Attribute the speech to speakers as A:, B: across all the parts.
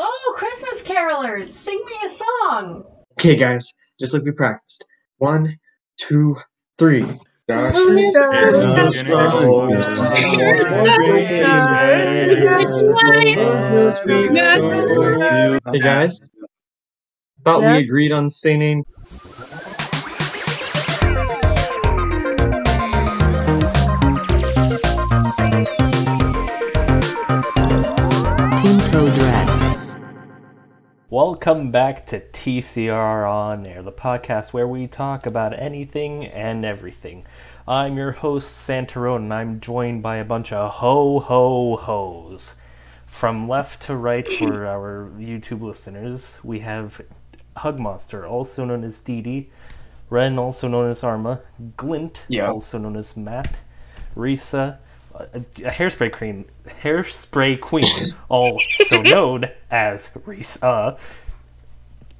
A: Oh, Christmas carolers, sing me a song.
B: Okay, guys, just like we practiced. One, two, three. Josh
C: Josh
B: is
C: is
B: a
C: strong.
B: strong- Hey guys, thought
C: Yeah.
B: we agreed on singing.
D: Team Code Red.
E: Welcome back to TCR On Air, the podcast where we talk about anything and everything. I'm your host, Santarone, and I'm joined by a bunch of ho ho ho's. From left to right for our YouTube listeners, we have Hug Monster, also known as DD, Ren, also known as Arma, Glint,
B: Yeah.
E: also known as Matt, Risa, a, a hairspray queen, hairspray queen, also known as Risa,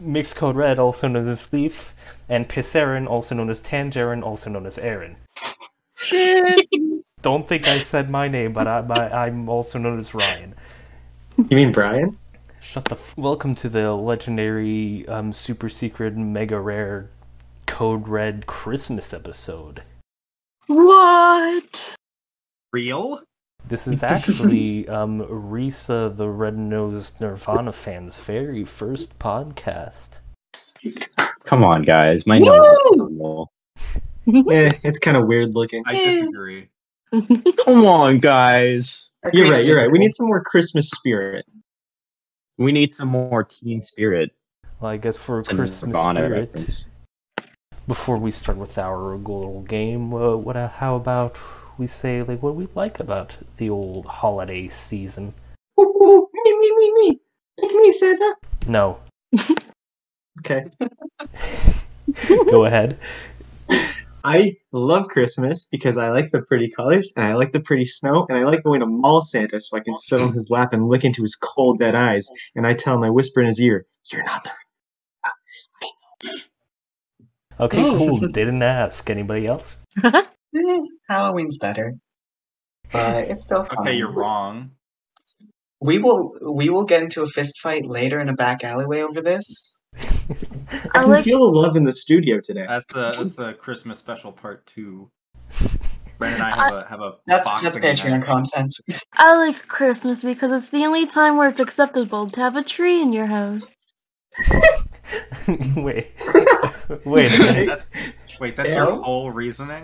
E: Mixed Code Red, also known as Thief, and Pisserin, also known as Tangerin, also known as Aaron. Don't think I said my name, but I, my, I'm also known as Ryan.
B: You mean Brian?
E: Shut the f- Welcome to the legendary, um, super secret, mega rare Code Red Christmas episode.
C: What?
F: Real?
E: This is actually um, Risa the Red Nosed Nirvana fan's very first podcast.
G: Come on, guys. My nose
C: Woo!
G: is normal.
B: Eh, it's kind of weird looking.
F: I disagree.
G: Come on, guys.
B: You're right. You're right. We need some more Christmas spirit.
G: We need some more teen spirit.
E: Well, I guess for
G: It's a
E: Christmas
G: Nirvana
E: spirit.
G: reference.
E: Before we start with our little game, uh, what? Uh, how about we say like what we like about the old holiday season?
B: Ooh, ooh, me, me, me, me. Take me, Santa.
E: No,
B: Okay.
E: go ahead.
B: I love Christmas because I like the pretty colors and I like the pretty snow and I like going to mall Santa so I can sit on his lap and look into his cold dead eyes and I tell him I whisper in his ear, "You're not the."
E: Okay, cool. Didn't ask anybody else.
H: Eh, Halloween's better, but it's still fun.
F: Okay,
G: Um,
F: you're wrong.
H: We will we will get into a fist fight later in a back alleyway over this.
B: I,
C: I
B: can
C: like-
B: feel the love in the studio today.
F: That's the that's the Christmas special part two. Brandon and I have a have a
H: That's
F: boxing
H: that's Patreon
F: match.
H: content.
C: I like Christmas because it's the only time where it's acceptable to have a tree in your house.
E: wait, wait a minute.
F: That's, wait, that's
B: Arrow?
F: your whole reasoning?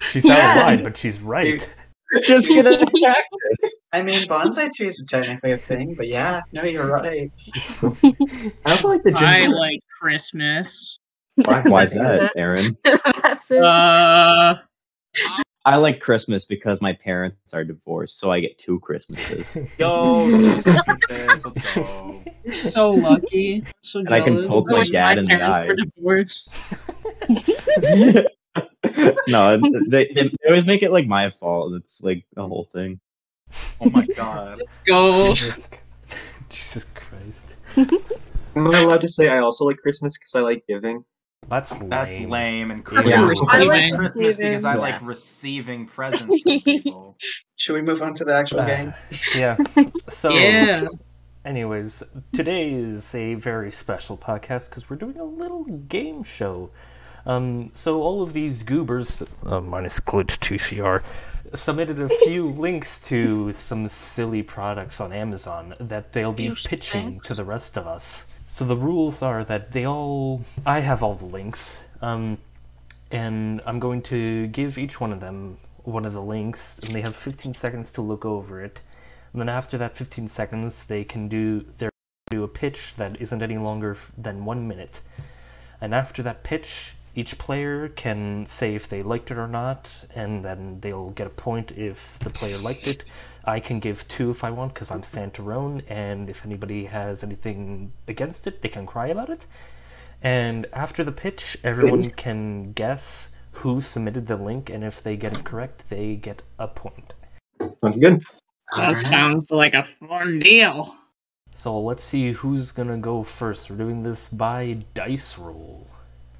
E: She's out of
H: Yeah.
E: line, but she's right.
G: Just gonna attack this.
H: I mean, bonsai trees are technically a thing, but yeah, no, you're right.
B: I also like the ginger.
I: I like Christmas.
G: Why, why is
C: That's
G: that, Aaron?
C: That's it.
I: Uh,
G: I like Christmas because my parents are divorced, so I get two Christmases.
F: Yo, Christmas, let's go.
I: you're so lucky. I'm so
G: And I
I: jealous.
G: can poke my
I: wish
G: dad in the
I: parents were
G: eye.
I: divorced.
G: no, they, they always make it like my fault. It's like the whole thing.
F: Oh my god.
I: Let's go.
E: Jesus Christ,
B: Am I allowed to say I also like Christmas because I like giving?
E: that's lame.
F: That's lame and
E: Yeah.
F: Christmas.
H: I
F: I
H: like
F: like Christmas
C: receiving.
F: because I like receiving presents from people.
H: Should we move on to the actual
E: Uh,
H: game?
E: yeah. So
I: Yeah.
E: Anyways, today is a very special podcast because we're doing a little game show. Um, so all of these goobers, uh, minus glitch two cr, submitted a few links to some silly products on Amazon that they'll be pitching to the rest of us. So the rules are that they all, I have all the links, um, and I'm going to give each one of them one of the links, and they have 15 seconds to look over it. And then after that 15 seconds, they can do their do a pitch that isn't any longer than one minute. And after that pitch, each player can say if they liked it or not, and then they'll get a point if the player liked it. I can give two if I want because I'm Santarone, and if anybody has anything against it, they can cry about it. And after the pitch, everyone can guess who submitted the link, and if they get it correct, they get a point.
B: Sounds good.
I: That sounds like a fun deal.
E: So let's see who's gonna go first. We're doing this by dice roll.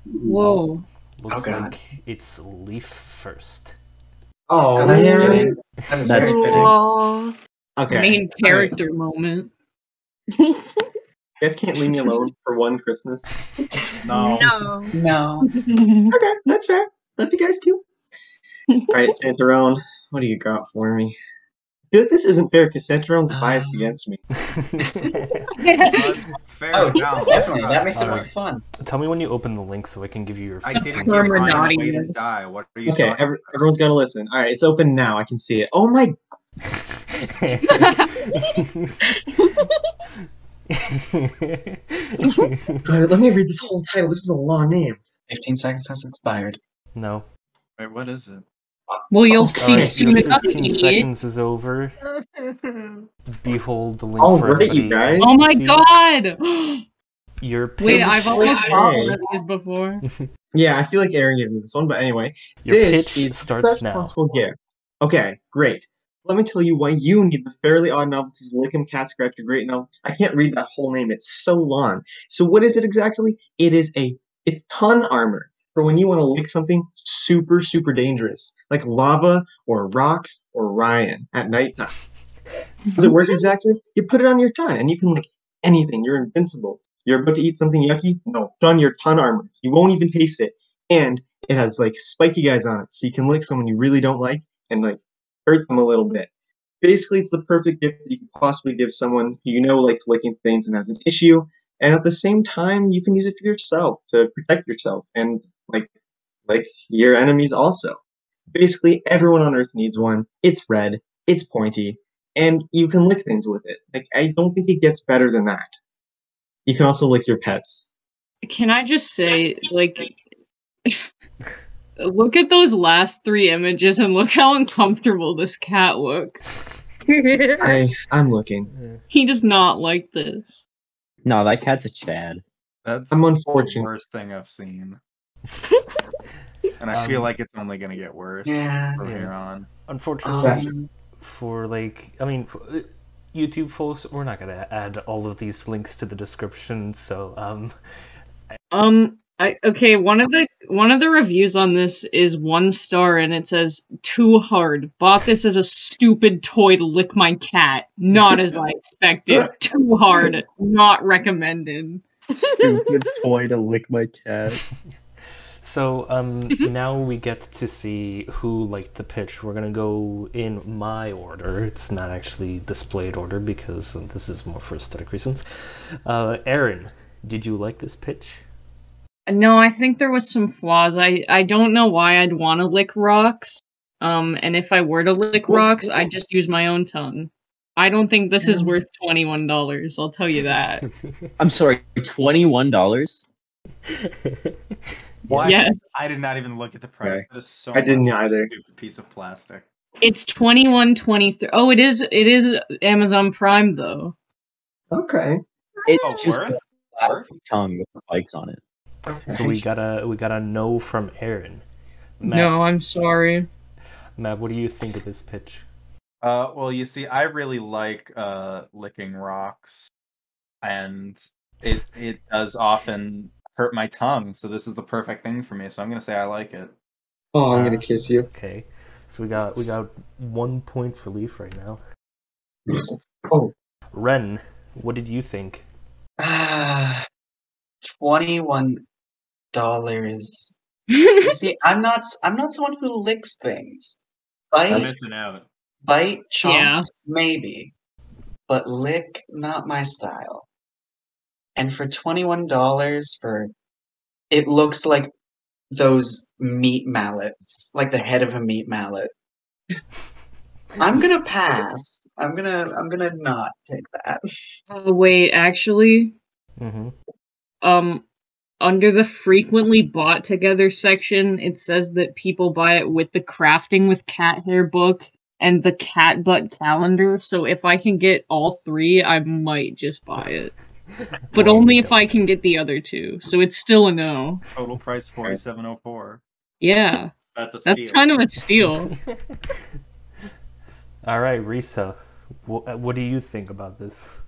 I: Whoa.
E: Looks
H: God.
E: like it's Leaf first.
B: Oh,
H: Oh, that's
B: man.
H: fitting. That is
G: That's
H: very fitting.
C: Lol.
B: Okay.
I: Main character moment.
B: You guys can't leave me alone for one Christmas.
F: No.
H: Oh.
C: No.
J: No.
B: Okay, that's fair. Love you guys too. All right, Santorone, what do you got for me? I feel like this isn't fair because Santarone's biased
H: Um,
B: against me.
F: Fair
H: Oh,
F: enough.
H: definitely. That makes it
E: Alright.
H: more fun.
E: Tell me when you open the link so I can give you your.
F: I
I: That's
F: didn't
I: where
F: even find
I: Renati
F: a way to
I: is.
F: die. What are you
B: Okay,
F: talking
B: every, everyone's got to listen. All right, it's open now. I can see it. Oh my god, let me read this whole title. This is a long name.
H: 15 seconds has expired.
E: no.
F: Wait, what is it?
I: Well, you'll
E: All
I: see
E: right,
I: soon
E: your
I: enough, you
E: 15
I: idiot.
E: seconds is over. Behold the link
B: All
E: for
B: right,
E: everybody
B: you guys.
E: else
I: Oh
E: to
I: my
E: see.
I: god!
E: Your
I: Wait,
E: pitch-
I: I've almost
B: Okay.
I: bought one of these before.
B: Yeah, I feel like Aaron gave me this one, but anyway,
E: your
B: this
E: pitch
B: is
E: starts
B: best
E: now.
B: possible gift. Okay, great. Let me tell you why you need the Fairly Odd Novelties Lickham Cat Scratcher Great Novel. I can't read that whole name; it's so long. So, what is it exactly? It is a it's ton armor for when you want to lick something super super dangerous, like lava or rocks or Ryan at nighttime. Does it work exactly? You put it on your ton, and you can lick anything. You're invincible. You're about to eat something yucky? No, put on your ton armor. You won't even taste it, and it has like spiky guys on it, so you can lick someone you really don't like and like hurt them a little bit. Basically, it's the perfect gift that you could possibly give someone who you know likes licking things and has an issue, and at the same time, you can use it for yourself to protect yourself and like like your enemies also. Basically, everyone on Earth needs one. It's red, it's pointy, and you can lick things with it. Like I don't think it gets better than that. You can also lick your pets.
I: Can I just say, like, look at those last three images and look how uncomfortable this cat looks.
B: I I'm looking.
I: He does not like this.
G: No, that cat's a Chad.
F: That's
B: I'm unfortunate.
F: the worst thing I've seen. and I feel
E: Um,
F: like it's only gonna get worse
H: Yeah.
F: from
E: Yeah.
F: here on.
E: Unfortunately,
H: Um,
E: for like I mean, for, uh, YouTube folks, we're not gonna add all of these links to the description. So um,
I: Um, I okay. One of the one of the reviews on this is one star, and it says too hard. Bought this as a stupid toy to lick my cat. Not as I expected. Too hard. Not recommended.
G: Stupid toy to lick my cat.
E: so um, now we get to see who liked the pitch. We're gonna go in my order. It's not actually displayed order because this is more for aesthetic reasons. Uh, Aaron, did you like this pitch?
I: No, I think there was some flaws. I I don't know why I'd want to lick rocks. Um, and if I were to lick rocks, I'd just use my own tongue. I don't think this is worth twenty one dollars. I'll tell you that.
G: I'm sorry, twenty-one dollars.
F: Why?
I: Yes.
F: I did not even look at the price.
B: Okay.
F: That is so
B: I didn't
F: much for a
B: either.
F: Stupid piece of plastic.
I: It's twenty one twenty three. Oh, it is. It is Amazon Prime though.
B: Okay.
G: It's
F: Oh,
G: just
F: worth?
G: a plastic tongue with spikes on it.
E: So we got a we got a no from Aaron. Matt,
I: No, I'm sorry.
E: Matt, what do you think of this pitch?
F: Uh, well, you see, I really like uh, licking rocks, and it it does often hurt my tongue. So this is the perfect thing for me. So I'm gonna say I like it.
B: Oh, I'm
E: Uh,
B: gonna kiss you.
E: Okay, so we got we got one point for Leaf right now.
B: Oh,
E: Ren, what did you think?
H: Ah, twenty-one dollars. You see, I'm not. s- I'm not someone who licks things.
F: I'm
H: Bite,
F: missing out.
H: bite, chomp,
I: Yeah.
H: maybe, but lick, not my style. And for twenty-one dollars, for it looks like those meat mallets, like the head of a meat mallet. I'm gonna pass. I'm gonna. I'm gonna not take that.
I: Oh wait, actually,
E: Mm-hmm.
I: um, under the frequently bought together section, it says that people buy it with the crafting with cat hair book and the cat butt calendar. So if I can get all three, I might just buy it. But only if I can get the other two. So it's still a no.
F: Total price forty seven oh four.
I: Yeah,
F: That's a steal.
I: that's kind of a steal.
E: All right, Risa, wh- uh, what do you think about this?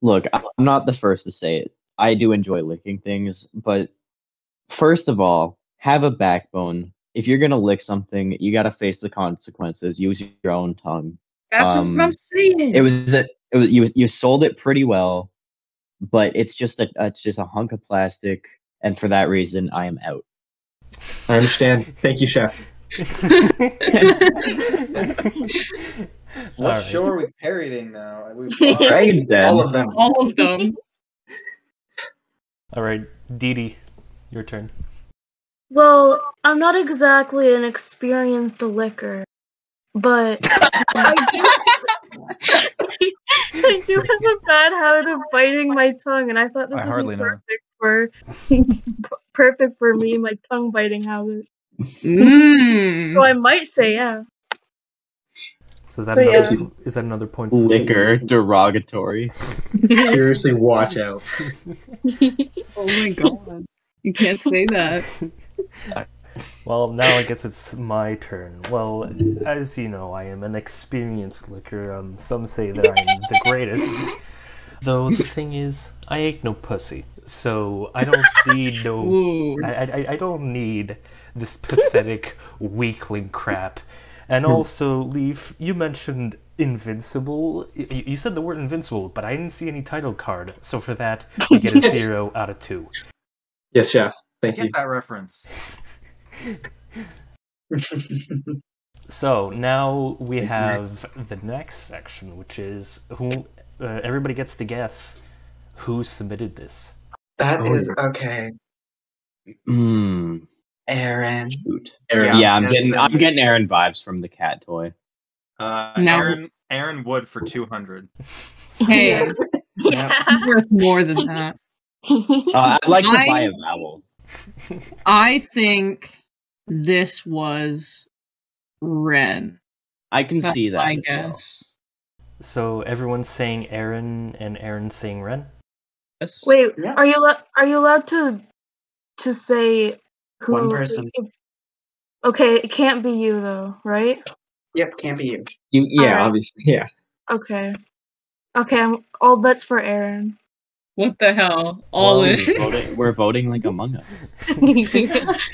G: Look, I'm not the first to say it. I do enjoy licking things, but first of all, have a backbone. If you're gonna lick something, you gotta face the consequences. Use your own tongue.
I: That's
G: Um,
I: what I'm saying.
G: It was, a- it was you. You sold it pretty well, but it's just a it's just a hunk of plastic, and for that reason, I am out.
B: I understand. Thank you, chef.
F: What
E: All right.
F: show are we parodying now? We
G: Dragon's Den.
H: All of them.
I: All of them.
E: All right, Dee Dee, your turn.
C: Well, I'm not exactly an experienced liquor, but I do, I do have a bad habit of biting my tongue, and I thought this
F: I
C: would
F: hardly
C: be
F: know.
C: perfect for perfect for me, my tongue biting habit.
I: Mmm.
F: Hmm.
C: So I might say yeah.
E: So is that
C: So,
E: another,
G: yeah.
E: po- is that another point? For
G: Liquor derogatory.
B: Seriously, watch out.
I: Oh my god. You can't say that.
E: Well, now I guess it's my turn. Well, as you know, I am an experienced liquor. Um, some say that I'm the greatest. Though the thing is, I ain't no pussy, so I don't need no.
I: Ooh.
E: I, I, I don't need this pathetic weakling crap. And also, Leaf, you mentioned invincible. Y- y- You said the word invincible, but I didn't see any title card. So for that, we get a zero out of two.
B: Yes, chef. Thank you.
F: get that reference.
E: So now we
B: Is
E: have the next section, which is who uh, everybody gets to guess who submitted this.
H: That
B: Oh,
H: is okay.
G: Mm,
H: Aaron.
G: shoot.
B: Aaron.
G: Yeah, I'm
H: that's
G: getting
H: the-
G: I'm getting Aaron vibes from the cat toy.
F: Uh,
I: No.
F: Aaron Aaron Wood for two hundred.
I: Hey,
H: Yeah.
I: it's worth more than that.
G: Uh, I'd like to
I: I-
G: buy a vowel.
I: I think this was Ren.
G: I can see that.
I: I
G: as well.
I: guess.
E: So everyone's saying Aaron and Aaron saying Ren.
I: Yes.
C: Wait,
H: Yeah.
C: are you allo- are you allowed to to say who?
H: One person.
C: okay, it can't be you though, right?
H: Yep, can't be you.
B: You, yeah,
C: Alright.
B: obviously. Yeah.
C: Okay, okay, I'm, all bets for Aaron.
I: What the hell? All
E: Well,
I: in.
E: you
G: Voting- we're voting like Among Us.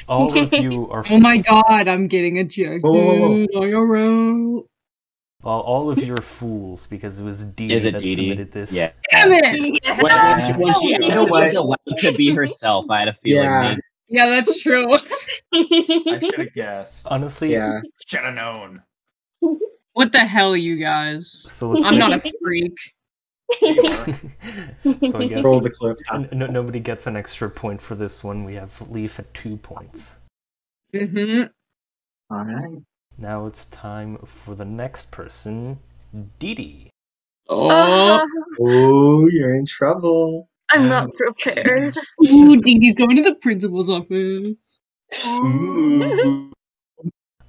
E: All of you are.
I: oh my god, I'm getting ejected
B: Whoa, whoa, whoa.
I: on your own.
E: Well, all of you are fools because it was Dee
G: Is
E: Dee
G: it
E: that
G: Dee Dee?
E: submitted this.
G: Yeah.
I: Damn it!
G: When, when she, when she-
H: You
G: when
H: know
G: she
H: what?
G: was allowed to be herself, I had a feeling.
B: Yeah.
G: that-
I: Yeah, that's true.
F: I should have guessed.
E: Honestly.
B: Yeah.
F: Should have known.
I: what the hell, you guys?
E: So it's
I: I'm
E: like-
I: not a freak.
E: so I guess
B: Roll the clip.
E: n- no, nobody gets an extra point for this one. We have Leaf at two points.
I: hmm
H: All right.
E: Now it's time for the next person, Dee Dee.
I: Oh,
B: Oh, you're in trouble.
C: I'm not prepared.
I: ooh, Dingy's going to the principal's office.
B: Mm-hmm.
E: All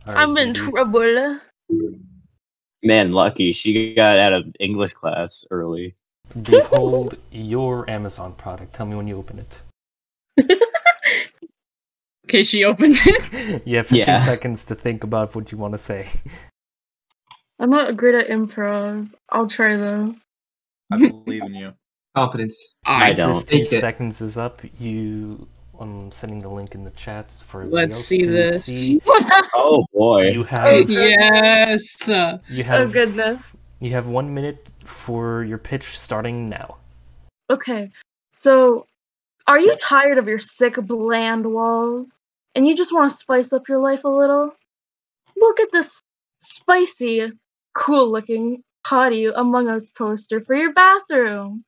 E: right,
C: I'm in
E: Dee Dee.
C: trouble.
G: Man, lucky she got out of English class early.
E: Behold your Amazon product. Tell me when you open it.
I: Okay, she opened it.
E: You have 15
G: Yeah.
E: seconds to think about what you want to say.
C: I'm not great at improv. I'll try though.
F: I believe in you.
B: Confidence.
G: I don't.
E: 15
B: Take it.
E: seconds is up. You, I'm sending the link in the chat for everybody
I: Let's
E: else
I: see
E: to
I: this.
E: see.
G: Oh boy.
E: You have,
I: yes. Uh,
E: you have,
C: Oh goodness.
E: you have one minute for your pitch starting now.
C: Okay, so are you tired of your sick, bland walls, and you just want to spice up your life a little? Look at this spicy, cool-looking "Hottie Among Us" poster for your bathroom.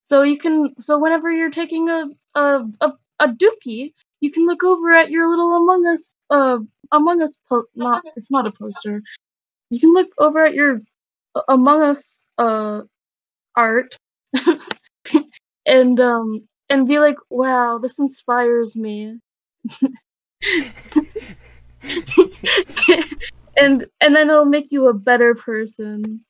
C: So you can, so whenever you're taking a a a, a doopie, you can look over at your little Among Us uh Among Us po- not it's not a poster. You can look over at your uh, Among Us uh art and um and be like, wow, this inspires me. and and then it'll make you a better person.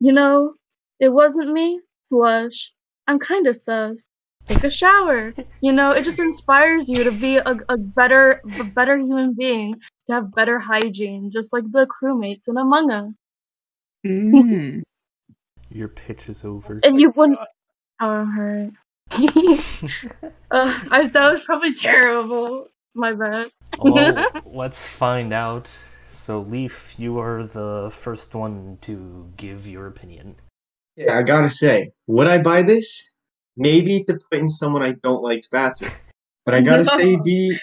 C: You know, it wasn't me, flush. I'm kind of sus. Take a shower. You know, it just inspires you to be a, a better a better human being, to have better hygiene, just like the crewmates in Among Us.
I: mm.
E: Your pitch is over.
C: And you wouldn't. Oh, alright. uh, I, that was probably terrible. My bad.
E: well, let's find out. So, Leaf, you are the first one to give your opinion.
B: Yeah, I gotta say, would I buy this? maybe to put in someone I don't like's bathroom. But I gotta say, Dee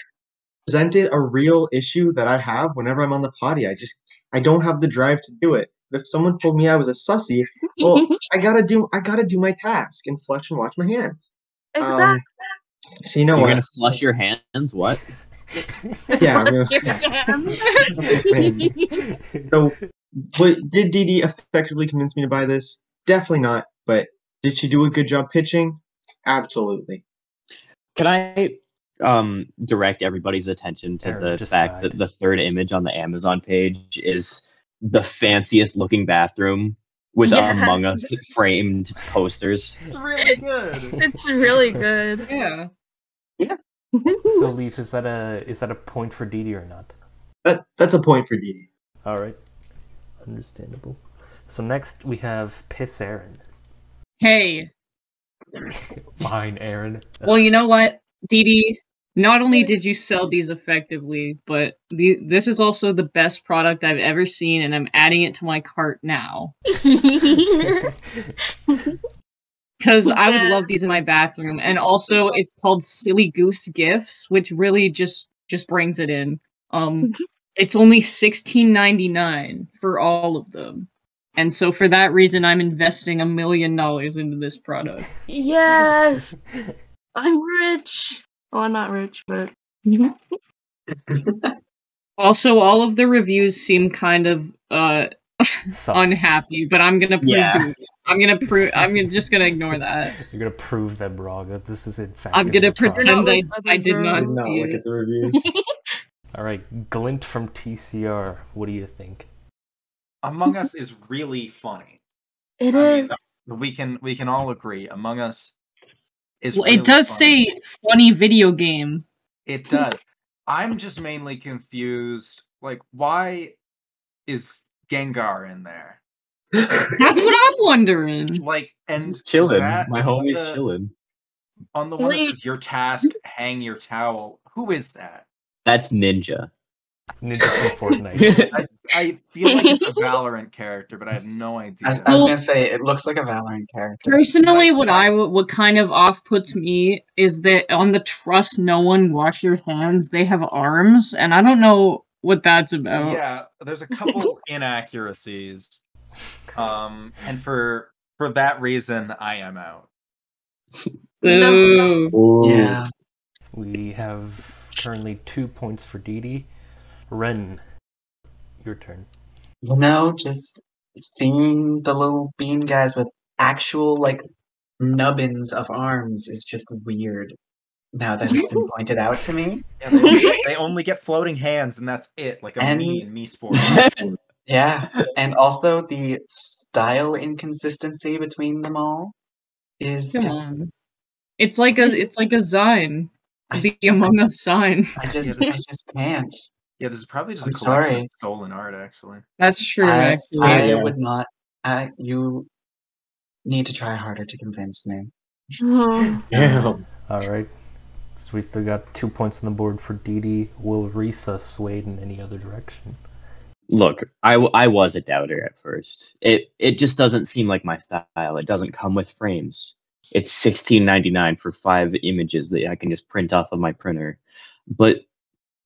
B: presented a real issue that I have whenever I'm on the potty. I just I don't have the drive to do it. But if someone told me I was a sussy, well, I gotta do I gotta do my task and flush and wash my hands. Um,
C: Exactly.
B: so you know
G: You're
B: what?
G: gonna flush your hands? What?
B: Yeah, I'm gonna- So, but did Dee Dee effectively convince me to buy this? Definitely not. But did she do a good job pitching? Absolutely.
G: Can I um direct everybody's attention to
E: Aaron
G: the
E: just
G: fact
E: died.
G: that the third image on the Amazon page is the fanciest looking bathroom with
C: Yeah.
G: Among Us framed posters.
F: It's really good.
E: um,
C: It's really good.
I: Yeah.
E: So, Leaf, is that a is that a point for Didi or not?
B: That that's a point for Dee Dee.
E: All right, understandable. So next we have Piss Aaron.
I: Hey.
E: Fine, Aaron.
I: Well, you know what, Dee Dee? Not only did you sell these effectively, but the, this is also the best product I've ever seen, and I'm adding it to my cart now. Because I would
C: Yeah.
I: love these in my bathroom. And also, it's called Silly Goose Gifts, which really just just brings it in. Um, it's only sixteen ninety nine for all of them. And so, for that reason, I'm investing a million dollars into this product.
C: yes. I'm rich. Oh, I'm not rich, but
I: Also, all of the reviews seem kind of uh
E: Sus.
I: unhappy, but I'm gonna prove.
G: Yeah.
I: them- I'm gonna prove. I'm gonna- just gonna ignore that.
E: You're gonna prove them wrong. That this is in fact.
I: I'm
E: a
I: gonna
E: real product.
I: pretend
C: They're not
I: I,
C: like other
I: I did not
B: Did
C: girls.
B: not
I: see
B: look
I: it.
B: at the reviews.
E: All right, Glint from TCR. What do you think?
F: Among Us is really funny.
C: it is.
F: I mean, we can we can all agree Among Us is.
I: Well,
F: really
I: it does
F: funny.
I: say funny video game.
F: It does. I'm just mainly confused. Like, why is Gengar in there?
I: That's what I'm wondering.
F: Like, and
G: Just chilling.
F: is that
G: My homie's
F: the-
G: chilling.
F: on the one that
C: Please.
F: says your task, hang your towel. Who is that?
G: That's ninja.
E: Ninja from Fortnite.
F: I, I feel like it's a Valorant character, but I have no
H: I
F: idea.
H: was, I was
I: Well-
H: gonna say it looks like a Valorant character.
I: Personally,
F: Like-
I: what I would- what kind of off puts me is that on the trust, no one wash your hands. They have arms, and I don't know what that's
G: Oh.
I: about.
F: Yeah, there's a couple inaccuracies. Um, and for for that reason, I am out.
C: No.
I: Ooh.
H: Yeah.
E: we have currently two points for Didi. Ren, your turn.
H: You know, just seeing the little bean guys with actual like nubbins of arms is just weird. Now that it's been pointed out to me.
F: Yeah, they, only, they only get floating hands, and that's it. Like a
H: And-
F: me and me sport.
H: Yeah. And also the style inconsistency between them all is
I: Come
H: just
I: on. It's like a it's like a sign.
H: I
I: The
H: just-
I: Among Us sign.
H: I just
F: Yeah,
H: I just can't.
F: Yeah, this is probably just
H: I'm
F: a collection
H: sorry.
F: of stolen art, actually.
I: That's true,
H: I,
I: actually.
H: I
G: Yeah.
H: would not. I, you need to try harder to convince me.
C: Oh,
B: Yeah.
E: All right. So we still got two points on the board for Didi. Will Risa sway it in any other direction?
G: Look, I, w- I was a doubter at first. It it just doesn't seem like my style. It doesn't come with frames. It's sixteen ninety nine for five images that I can just print off of my printer. But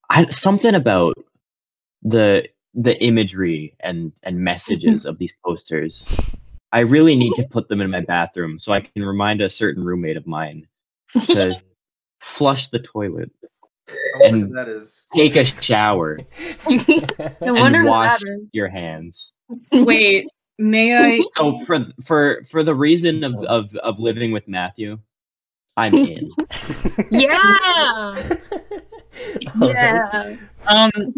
G: I, something about the the imagery and and messages of these posters. I really need to put them in my bathroom so I can remind a certain roommate of mine to flush the toilet,
F: I wonder
G: And-
F: who that is.
G: take a shower,
C: no
G: and
C: wonder who
G: wash
C: that is.
G: your hands.
I: Wait, may I
G: So for for for the reason of of, of living with Matthew, I'm in.
C: Yeah.
E: All
C: yeah.
E: right.
I: um
H: Oh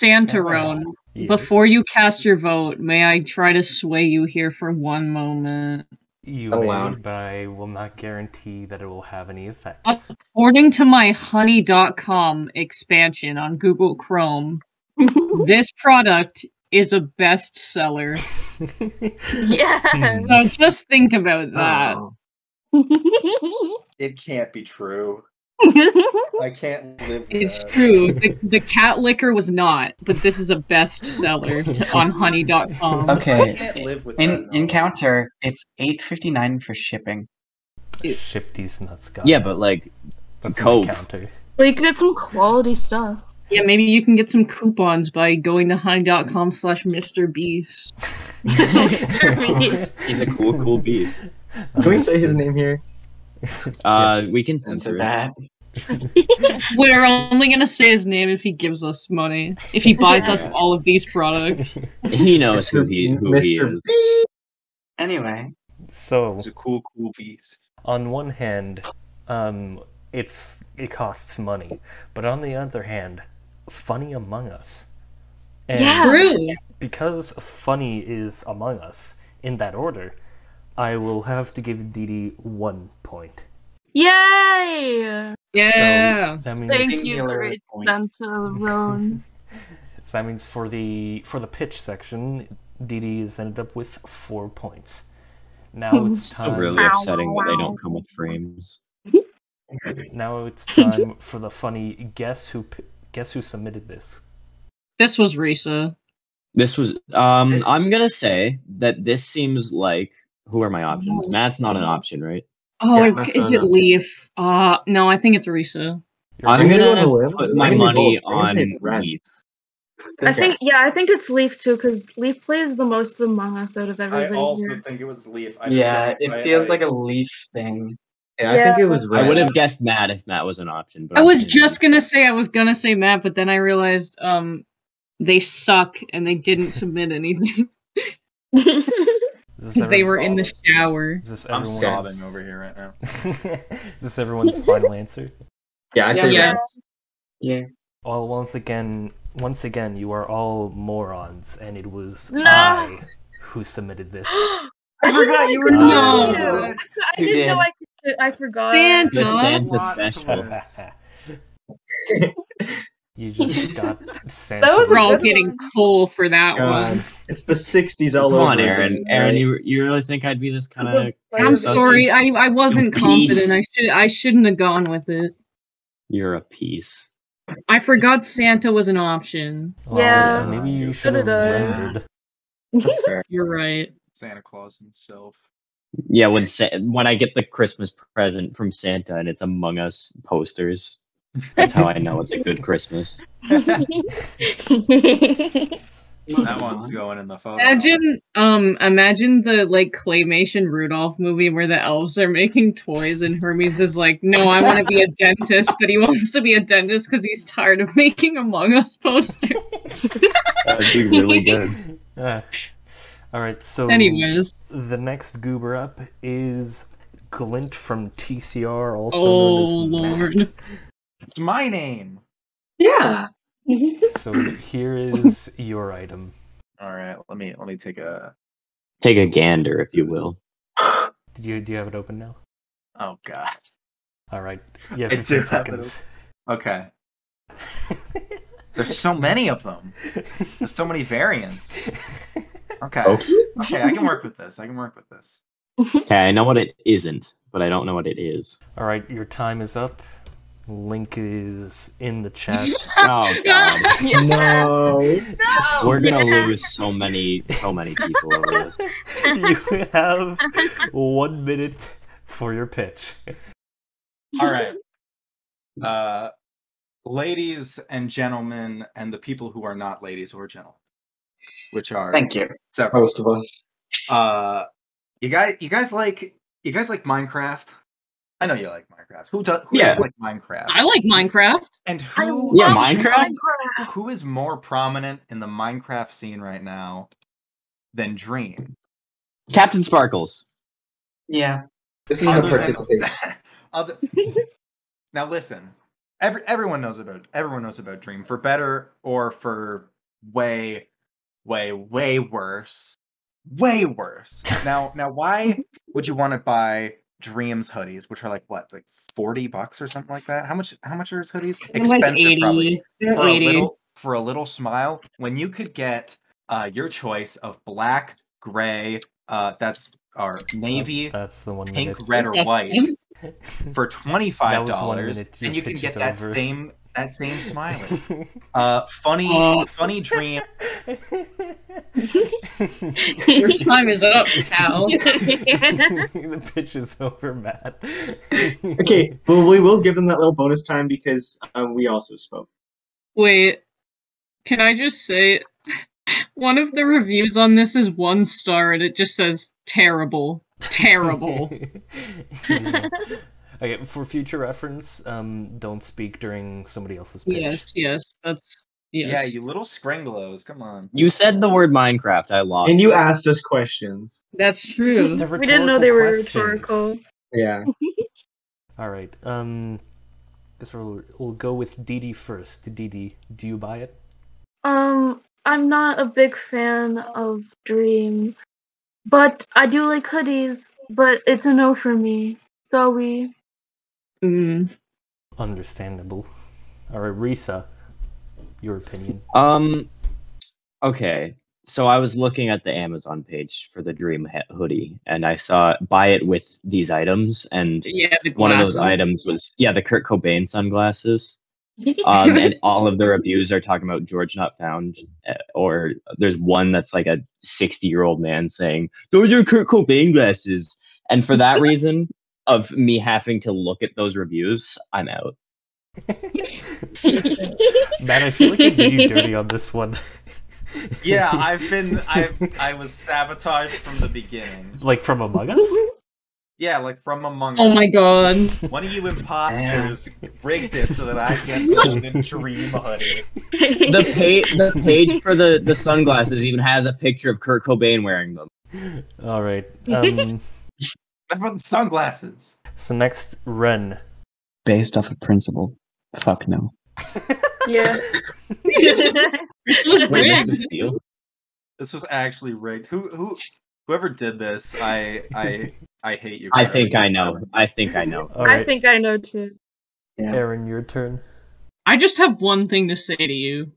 I: Santarone,
E: Yes.
I: before you cast your vote, may I try to sway you here for one moment?
E: you
B: Not
E: may,
B: allowed.
E: but I will not guarantee that it will have any effects.
I: According to my honey.com expansion on Google Chrome, this product is a bestseller.
C: yeah.
I: So just think about that.
H: Oh,
F: It can't be true. I can't live. with
I: It's
F: that.
I: true. The, the cat liquor was not, but this is a bestseller to, on honey.com.
H: okay.
F: I can't live with that
H: In
F: knowledge.
H: encounter, it's eight fifty nine for shipping.
I: It-
E: ship these nuts, guy.
G: Yeah, but like
E: that's
G: cope.
E: not a counter.
C: But you can get some quality stuff.
I: Yeah, maybe you can get some coupons by going to honey.com slash Mr. Beast.
G: he's a cool, cool beast.
B: Can we say his name here?
G: Uh, we can
H: Into
G: censor it.
H: that.
I: We're only gonna say his name if he gives us money. If he buys us all of these products.
G: He knows who he who he
B: Mr.
G: is.
B: B.
H: Anyway,
E: So
F: He's a cool, cool beast.
E: on one hand, um, it's it costs money, but on the other hand, funny Among Us. And
C: Yeah.
I: True.
E: because funny is Among Us in that order, I will have to give Didi one point.
C: Yay!
I: Yeah.
E: So that means
C: Thank you,
H: Singular
C: great
H: point.
C: Santa Roan.
E: so that means for the for the pitch section, Didi has ended up with four points. Now it's
G: So
E: time.
G: Oh, really
C: Ow,
G: upsetting that they
C: wow.
G: don't come with frames.
E: Now it's time for the funny guess who p- guess who submitted this.
I: This was Risa.
G: This was um
H: This-
G: I'm gonna say that this seems like who are my options? Matt's not an option, right?
I: Oh,
B: Yeah,
I: it-
B: that's
I: is
B: what I
I: it
B: was-
I: Leaf? Uh, no, I think it's Risa.
E: You're
G: I'm
B: Are we
E: both-
B: on a
G: gonna
B: limb?
G: put
B: I'm
G: my
B: gonna be
G: money
B: bold. I'm gonna
G: on
B: say it's red.
G: Leaf.
C: I think
H: this-
C: yeah, I think it's Leaf too, because Leaf plays the most Among Us out of
F: I
C: everybody
F: also
C: here.
F: think it was Leaf. I just
H: yeah,
F: don't-
H: it
F: I-
H: feels
F: I-
H: like a leaf thing.
B: Yeah, I think it was red.
G: I would have guessed Matt if Matt was an option, but
I: I
G: I'm
I: was
G: saying
I: just
G: Leaf.
I: gonna say I was gonna say Matt, but then I realized um they suck and they didn't submit anything
E: Is this
I: because they
E: everyone-
I: were in the shower.
E: Is this
F: I'm
E: everyone's-
F: sobbing over here right now.
E: is this everyone's final answer?
B: Yeah, I say
I: Yeah.
B: red.
H: Yeah.
E: Well, once again, once again, you are all morons, and it was
C: No.
E: I who submitted this.
H: I forgot you were
B: Oh
G: No.
H: not.
I: No.
C: I
H: You
C: didn't
H: did.
C: know I could. I forgot.
I: Santa.
G: the Santa
F: Lots of
G: special.
F: it.
E: you just got Santa.
C: That was a
I: We're all
C: good
I: getting
C: one.
I: coal for that
B: God,
I: one.
B: it's the '60s all
G: Come
B: over
G: on,
B: again,
G: Aaron.
B: all
G: Aaron,
B: right?
G: you you really think I'd be this kind of?
I: I'm sorry, I, I wasn't confident. I
G: Peace.
I: should I shouldn't have gone with it.
G: You're a piece.
I: I forgot Santa was an option.
E: Well,
C: Yeah.
E: maybe you should have
C: Should've done.
E: rendered.
H: That's fair.
I: You're right.
F: Santa Claus himself.
G: Yeah, when Sa- when I get the Christmas present from Santa and it's Among Us posters, that's how I know it's a good Christmas.
F: That one's going in the photo.
I: Imagine um imagine the like claymation Rudolph movie where the elves are making toys and Hermes is like, "No, I want to be a dentist," but he wants to be a dentist cuz he's tired of making Among Us posters.
G: That'd be really good.
E: Ah. all right, so
I: Anyways,
E: the next goober up is Glint from TCR, also known
I: oh
E: as
I: lord.
E: Matt.
F: It's my name.
H: Yeah.
E: So here is your item.
F: All right, let me let me take a.
G: Take a gander, if you will.
E: Did you do you have it open now?
F: Oh God.
E: All right, yeah,
F: I do
E: fifteen
F: have it
E: seconds.
F: Okay. There's so many of them. There's so many variants. Okay.
B: Okay.
F: Okay, I can work with this. I can work with this.
G: Okay, I know what it isn't, but I don't know what it is.
E: All right, your time is up. Link is in the chat.
G: Oh god,
B: No.
G: we're gonna lose so many, so many people over this.
E: you have one minute for your pitch.
F: All right. Uh, ladies and gentlemen, and the people who are not ladies or gentlemen, which are
H: Thank you.
F: several.
B: Most of us.
F: Uh, you guys, you guys like you guys like Minecraft. I know you like Minecraft. Who does? Who
G: Yeah.
F: doesn't like Minecraft?
I: I like Minecraft.
F: and
C: I
F: who?
G: Yeah,
C: love
G: Minecraft?
F: Who is more prominent in the Minecraft scene right now than Dream?
G: Captain Sparkles.
H: Yeah.
B: This isn't a
F: Other than-
B: participation.
F: other, now listen, every, everyone knows about everyone knows about Dream for better or for way, way, way worse, way worse. Now, now, why would you want to buy Dream's hoodies, which are like what, like forty bucks or something like that? How much? How much are his hoodies?
I: They're like 80. They're
F: for
I: 80.
F: a little for a little smile when you could get uh, your choice of black, gray, uh, that's our navy,
E: That's the one
F: pink,
E: minute.
F: red, or
I: That's
F: white
I: awesome.
F: for twenty
E: That
F: five
E: was one
F: dollars,
E: minute. Your
F: and you can
E: pitch
F: get
E: is
F: that
E: over.
F: same That same Smiley. Uh, funny,
I: Uh.
F: funny dream.
I: Your time is up, pal.
E: the pitch is over, Matt.
B: Okay, well, we will give them that little bonus time because um, we also spoke.
I: Wait, can I just say one of the reviews on this is one star and it just says terrible. Terrible.
E: Yeah. Okay, for future reference, um, don't speak during somebody else's pitch.
I: yes, yes, that's yes.
F: Yeah, you little Springlows. Come on.
G: You said the word Minecraft. I lost.
B: And you asked us questions.
I: that's true.
E: They're
C: We didn't know they were
E: questions.
C: rhetorical.
B: Yeah.
E: All right. Um, guess we'll we'll go with Didi first. Didi, do you buy it?
C: Um, I'm not a big fan of Dream, but I do like hoodies. But it's a no for me. So we.
I: Mm.
E: Understandable. All right, Risa, your opinion.
G: Um, okay. So I was looking at the Amazon page for the Dream he- hoodie, and I saw buy it with these items, and
I: Yeah, the
G: one of those
I: glasses.
G: items was yeah the Kurt Cobain sunglasses. Um, and all of the reviews are talking about George not found, uh, or there's one that's like a 60 year old man saying those are Kurt Cobain glasses, and for that reason of me having to look at those reviews, I'm out.
E: Matt, I feel like I did you dirty on this one.
F: Yeah, I've been. I I was sabotaged from the beginning.
E: like from Among Us.
F: Yeah, like from among.
I: Oh
F: Us.
I: my god.
F: One of you imposters rigged it so that I get the golden dream hoodie.
G: the page the page for the the sunglasses even has a picture of Kurt Cobain wearing them.
E: All right. Um,
F: What about the sunglasses?
E: so next, Ren.
H: Based off of principle. Fuck no.
C: yeah.
I: This was
G: Wait,
I: rigged.
G: Mr. Steele?
F: This was actually rigged. Who who whoever did this? I I I hate you.
G: I
F: Kurt.
G: think I know. I think I know.
E: All right,
C: I think I know too.
H: Yeah.
E: Aaron, your turn.
I: I just have one thing to say to you.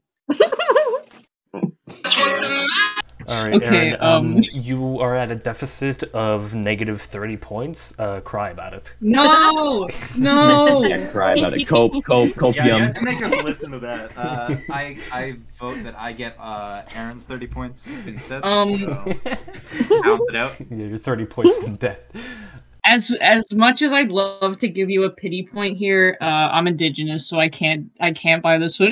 E: All right,
I: Okay,
E: Aaron. Um,
I: um-
E: you are at a deficit of negative thirty points. Uh, cry about it.
I: No! No!
G: Yeah, cry about it. Cope, cope,
F: Yeah, you
G: copium.
F: have to make us listen to that. Uh, I I vote that I get uh, Aaron's thirty points instead.
I: Um.
F: so, count it out.
E: Yeah, you're thirty points in debt.
I: As as much as I'd love to give you a pity point here, uh, I'm indigenous, so I can't I can't buy this one.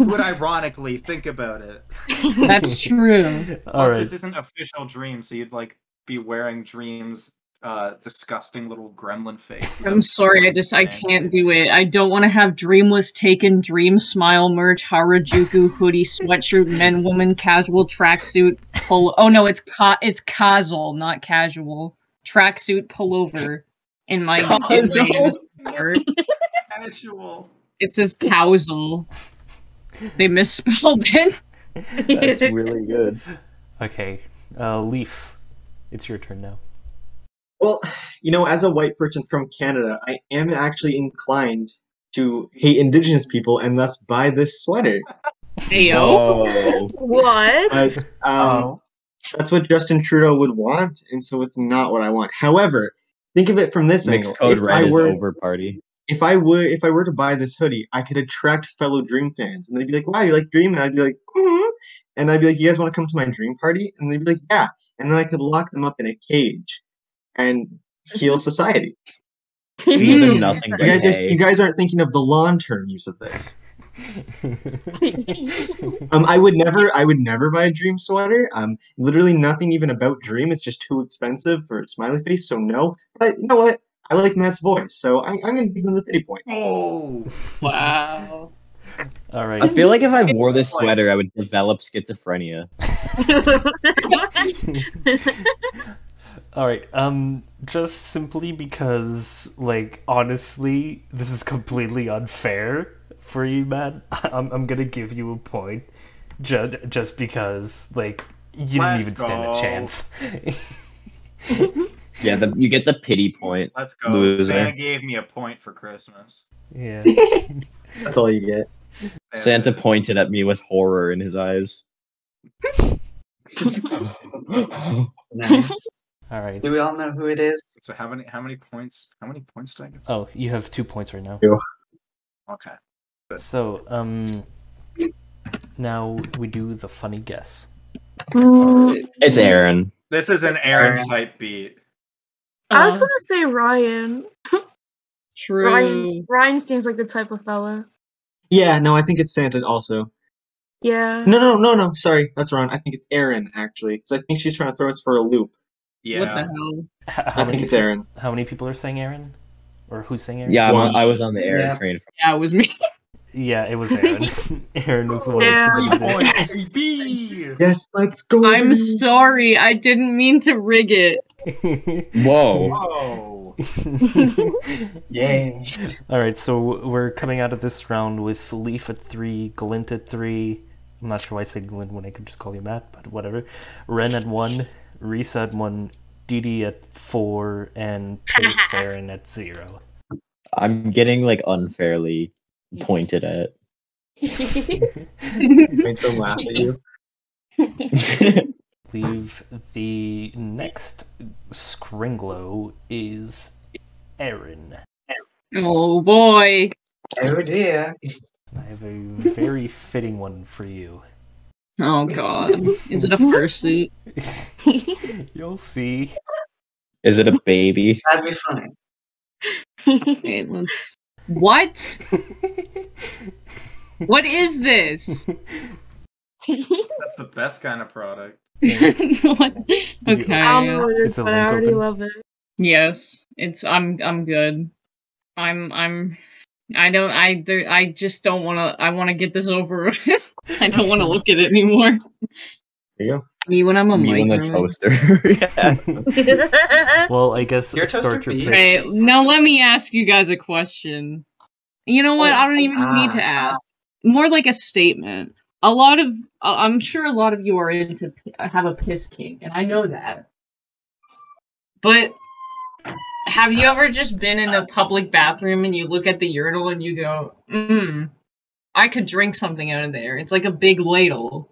F: You Would ironically think about it.
I: That's true.
E: All
F: Plus,
E: right.
F: this isn't official dream, so you'd like be wearing dreams. Uh, disgusting little gremlin face.
I: I'm sorry, I just I can't do it. I don't want to have Dreamless taken, Dream Smile merch, Harajuku hoodie, sweatshirt, men, woman, casual tracksuit, pull. Oh no, it's ca- it's casual, not casual. Tracksuit pullover in my, in my
G: Causal.
I: part.
F: Casual.
I: It says causal. They misspelled it.
G: That's really good.
E: Okay. Uh, Leaf, it's your turn now.
B: Well, you know, as a white person from Canada, I am actually inclined to hate Indigenous people and thus buy this sweater.
I: Ayo.
G: Oh,
C: What?
B: But um,
H: Oh,
B: that's what Justin Trudeau would want, and so it's not what I want. However, think of it from this
G: mixed
B: angle:
G: code
B: if I
G: red is
B: were,
G: over party.
B: if I would, if I were to buy this hoodie, I could attract fellow Dream fans, and they'd be like, "Wow, you like Dream?" And I'd be like, "Hmm," and I'd be like, "You guys want to come to my Dream party?" And they'd be like, "Yeah," and then I could lock them up in a cage and heal society.
G: Feed them
I: Mm.
G: nothing but
B: You guys, are,
G: hay.
B: you guys aren't thinking of the long-term use of this. Um, I would never, I would never buy a Dream sweater. Um, literally nothing even about Dream. It's just too expensive for smiley face. So no. But you know what? I like Matt's voice, so I, I'm gonna give him the pity point.
F: Oh,
I: Wow.
E: All
G: I
E: right.
G: feel like if I wore this
F: Like-
G: sweater, I would develop schizophrenia.
E: All right. Um, just simply because, like, honestly, this is completely unfair for you, man. I'm, I'm gonna give you a point, ju- just because, like, you didn't
F: Let's
E: even stand
F: go.
E: a chance.
G: Yeah, the, you get the pity point.
F: let's go.
G: Loser.
F: Santa gave me a point for Christmas.
E: yeah.
B: That's all you get.
F: That's
G: Santa
F: it.
G: pointed at me with horror in his eyes.
H: nice.
E: All right.
H: Do we all know who it is?
F: So how many how many points how many points do I get?
E: Oh, you have two points right now.
B: Two.
F: Okay.
E: So, um, now we do the funny guess.
C: Mm,
G: It's Aaron.
F: This is an Aaron type beat.
C: I was
I: Uh,
C: gonna say Ryan.
I: true.
C: Ryan. Ryan seems like the type of fella.
B: Yeah, no, I think it's Santa also.
C: Yeah.
B: No, no, no, no. Sorry, that's wrong. I think it's Aaron actually, because I think she's trying to throw us for a loop.
I: What the
F: Yeah.
I: hell?
E: H- How
B: I think
E: many
B: it's Aaron.
E: How many people are saying Aaron? Or who's saying Aaron?
G: Yeah, I'm
B: One.
G: on- I was on the Aaron
H: Yeah.
G: train.
I: Yeah, it was me.
E: Yeah, it was Aaron. Aaron was the one that
C: Yeah.
E: submitted this.
B: Yes, let's go.
I: I'm
B: baby.
I: sorry. I didn't mean to rig it.
G: Whoa.
F: Oh.
H: Yay.
E: All right, so we're coming out of this round with Leaf at three, Glint at three. I'm not sure why I said Glint when I could just call you Matt, but whatever. Ren at one, Risa at one, Didi at four, and Saren at zero.
G: I'm getting like unfairly pointed at.
B: Made them laugh at you.
E: Leave the next Skringlow is Erin.
I: Oh boy.
H: Oh dear.
E: I have a very fitting one for you.
I: Oh god. Is it a fursuit?
E: You'll see.
G: Is it a baby?
H: That'd be funny.
I: Wait, let's. What? What is this?
F: That's the best kind of product.
I: What?
C: I don't know
I: Okay.
C: what it
E: Is
C: is,
E: the
C: but I
E: link
C: already
E: open?
C: love it.
I: Yes. It's. I'm. I'm good. I'm. I'm. I don't. I. There, I just don't want to. I want to get this over. with. I don't want to look at it anymore.
B: There you go.
I: Me when I'm a
G: Me on the
I: micro.
G: toaster. yeah.
E: well, I guess
H: Your
E: start
H: toaster
E: your
H: beat.
E: pitch.
I: Right. Now let me ask you guys a question. You know what? I don't even need to
H: Ah.
I: ask. More like a statement. A lot of I- I'm sure a lot of you are into p- have a piss kink, and I know that. But have you ever just been in a public bathroom and you look at the urinal and you go, "Hmm, I could drink something out of there." It's like a big ladle.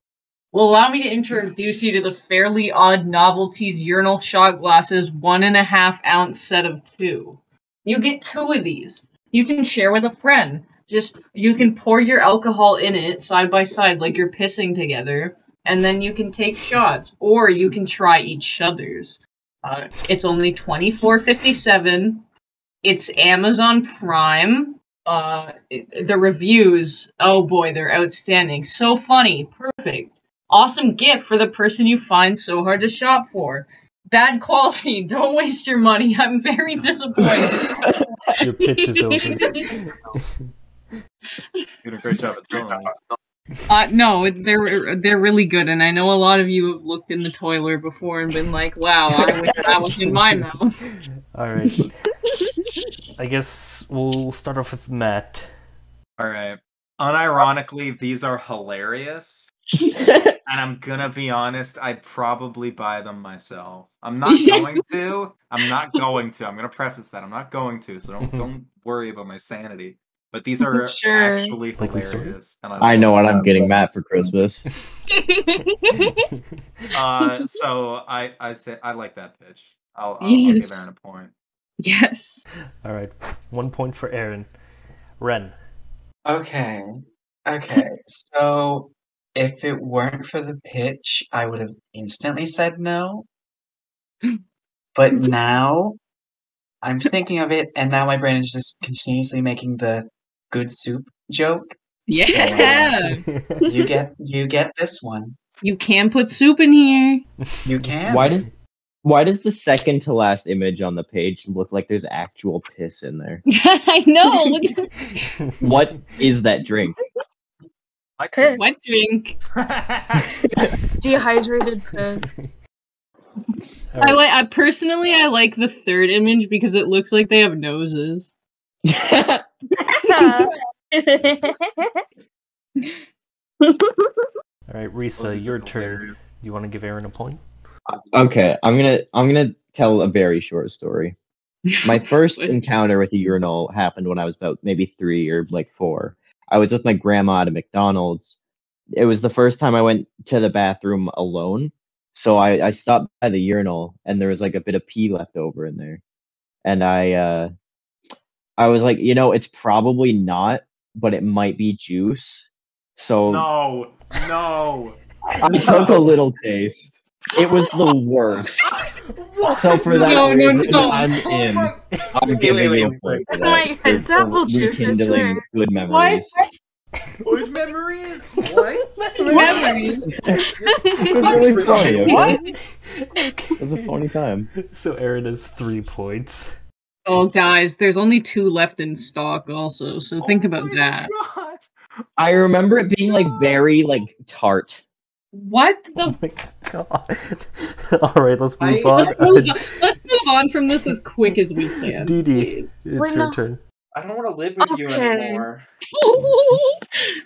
I: Well, allow me to introduce you to the Fairly Odd Novelties urinal shot glasses, one and a half ounce set of two. You get two of these. You can share with a friend. Just you can pour your alcohol in it side by side like you're pissing together, and then you can take shots, or you can try each other's. Uh, it's only twenty four fifty seven. It's Amazon Prime. Uh, it- the reviews, oh boy, they're outstanding. So funny, perfect, awesome gift for the person you find so hard to shop for. Bad quality. Don't waste your money. I'm very disappointed.
E: Your pitch is over.
F: Doing a great job at selling these.
I: Uh, no, they're they're really good, and I know a lot of you have looked in the toilet before and been like, "Wow, I wish that was in my mouth."
E: All right. I guess we'll start off with Matt.
F: All right. Unironically, these are hilarious. And I'm gonna be honest, I'd probably buy them myself. I'm not going to. I'm not going to. I'm gonna preface that. I'm not going to, so don't
E: Mhm.
F: don't worry about my sanity. But these are
C: Sure.
F: actually
E: Like we sorted?
F: hilarious. And
G: I know what I'm
F: love
G: getting Matt for Christmas.
F: them. Uh, so I I say I like that pitch. I'll, I'll, I'll give
I: Yes.
F: Aaron a point.
I: yes.
E: All right. One point for Aaron. Ren.
H: Okay. Okay. So if it weren't for the pitch, I would have instantly said no. But now I'm thinking of it, and now my brain is just continuously making the good soup joke.
E: uh,
I: Yeah.
H: You get you get this one.
I: You can put soup in here.
H: You can.
G: Why does why does the second to last image on the page look like there's actual piss in there?
I: I know. Look at
G: What is that drink?
F: I
C: Piss.
I: what drink.
C: Dehydrated fish.
E: All
I: I
E: right.
I: like. I personally, I like the third image because it looks like they have noses.
E: All right, Risa, uh, your turn. You want to give Aaron a point?
G: okay, I'm gonna I'm gonna tell a very short story. My first encounter with a urinal happened when I was about maybe three or like four. I was with my grandma at a McDonald's. It was the first time I went to the bathroom alone. So I, I stopped by the urinal and there was like a bit of pee left over in there. And I uh I was like, you know, it's probably not but it might be juice. So
J: No, no.
G: I took a little taste. It was the worst. So for that
I: No, no,
G: reason,
I: no.
G: I'm in. I'm giving you a point for that.
C: Wait, it's apple juice, I
G: Rekindling
C: swear.
G: good memories.
J: Good memories. What?
I: Memories.
G: It was really funny. Okay?
I: What?
G: It was a funny time.
E: So Aaron has three points.
I: Oh, guys, there's only two left in stock, also, so think about that.
J: Oh God.
G: I remember it being like very like tart.
I: What the?
E: Oh my god. Alright, let's move
H: I-
E: on.
I: Let's move, on. let's move on from this as quick as we can.
E: Dee Dee.
I: please.
E: It's
C: Wait,
E: your
C: no.
E: turn.
F: I don't want to live with you
C: Okay.
F: anymore.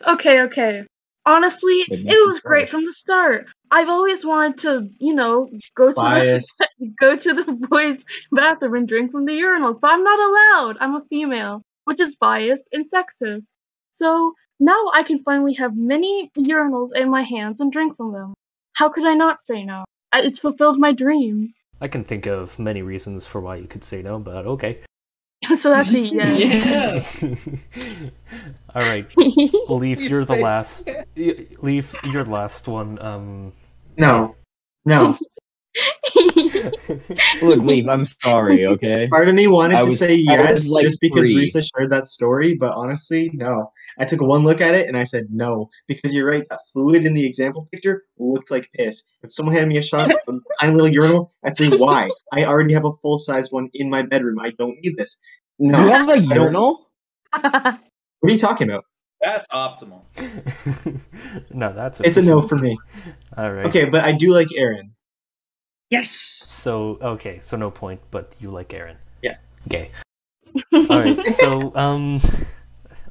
C: okay, okay. Honestly,
G: Wait,
C: it was
G: Nathan's
C: great from the start. I've always wanted to, you know, go to
B: Biased.
C: the go to the boys' bathroom and drink from the urinals, but I'm not allowed. I'm a female, which is biased and sexist. So now I can finally have many urinals in my hands and drink from them. How could I not say no? I- It's fulfilled my dream.
E: I can think of many reasons for why you could say no, but okay.
C: so that's a yes.
I: Yeah.
E: Alright. Leaf,
J: Leaf's
E: you're the
J: face.
E: last. y- Leaf, you're the last one. Um,
B: No, no.
G: Look, leave. I'm sorry. Okay.
B: Part of me wanted
G: I
B: to
G: was-
B: say
G: I was,
B: yes
G: like,
B: just because
G: three.
B: Risa shared that story, but honestly, no. I took one look at it and I said no because you're right. That fluid in the example picture looked like piss. If someone handed me a shot of a tiny little urinal, I'd say why? I already have a full size one in my bedroom. I don't need this. No.
G: You have a
B: don't-
G: urinal?
B: What are you talking about?
F: That's optimal.
E: no, that's
B: It's a no for me.
E: All right.
B: Okay, but I do like Aaron.
I: yes.
E: So okay, so no point, but you like Aaron.
B: Yeah.
E: Gay. All right. So um,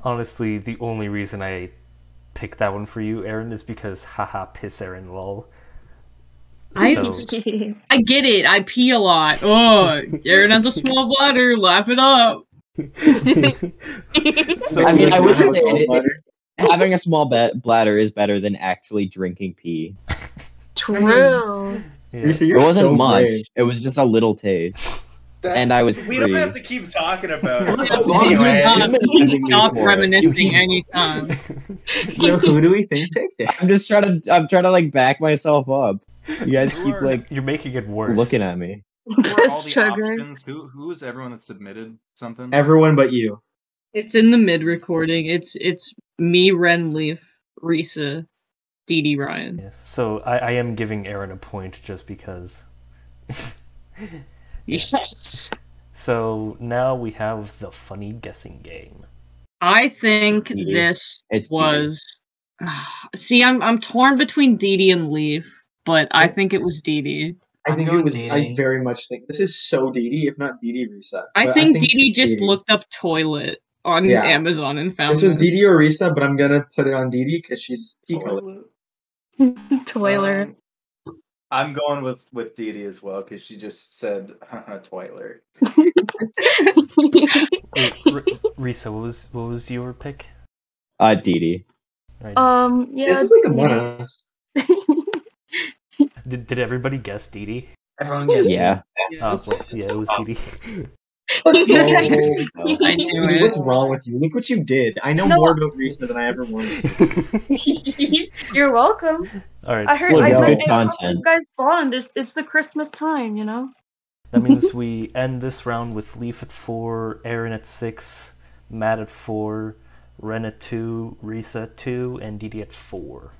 E: honestly, the only reason I picked that one for you, Aaron, is because haha, piss Aaron, lol.
I: I-
E: So,
I: I get it. I pee a lot. Oh, Aaron has a small bladder. Laugh it up.
E: so
G: I mean, I
B: Like,
G: would
B: have a
G: say it-
B: gallbladder.
G: Having a small ba- bladder is better than actually drinking pee.
C: True.
E: yeah.
B: Risa,
G: It
B: you're
G: wasn't
B: so
G: much.
B: brave.
G: It was just a little taste.
J: That-
G: And I was
J: We don't
G: three.
J: have to keep talking about it.
B: Let's move on.
G: Anyway,
I: Uh,
G: you've been
I: you can
G: judging me
I: stop
G: for it.
I: reminiscing anytime.
B: So who do we think picked it?
G: I'm just trying to. I'm trying to like back myself up. You guys
F: You
G: keep
F: are
G: like
E: You're making it worse.
G: looking at me.
F: Who are all
C: Piss
F: the
C: chugger.
F: options? Who who's everyone that submitted something?
I: Mm-hmm.
B: Everyone but you.
I: It's in the mid recording. It's it's me, Renleaf, Risa, Dee Dee Ryan.
E: Yeah, So I, I am giving Aaron a point just because.
I: Yes.
E: So now we have the funny guessing game.
I: I think
G: Dee Dee.
I: this
G: It's Dee Dee.
I: was. See, I'm I'm torn between Dee Dee and Leaf, but I think it was Dee Dee.
B: I
H: I'm
B: think it
H: going
B: was. I
H: Didi.
B: very much think this is so DD, if not DD Risa.
I: I
B: But
I: think, Dee Dee just
B: DD.
I: looked up toilet on
B: Yeah.
I: Amazon and found
B: This was DD or Risa, but I'm gonna put it on DD because she's E equal.
F: Toilet.
C: Toiler.
F: Um, I'm going with with Dee Dee as well because she just said Twiler.
E: R- R- Risa, what was what was your pick?
G: Uh, Dee Dee.
E: Right.
C: um, yeah.
B: This is like a one
C: yeah.
B: of us.
E: did, did everybody guess Dee Dee?
H: Everyone guessed it.
G: Yeah.
E: Uh,
I: Yes.
E: well, yeah, it was Dee Dee.
I: E
B: Let's go.
I: Oh, I knew
B: Didi, what's
I: it.
B: wrong with you? Look what you did. I know
E: No,
B: more about Risa than I ever wanted. to.
C: You're welcome.
E: All right.
C: I heard.
G: Look,
C: I
G: that's
C: heard
G: good
C: it helped
G: content.
C: you guys bond. It's it's the Christmas time, you know.
E: That means we end this round with Leaf at four, Aaron at six, Matt at four, Ren at two, Risa at two, and Dee Dee at four.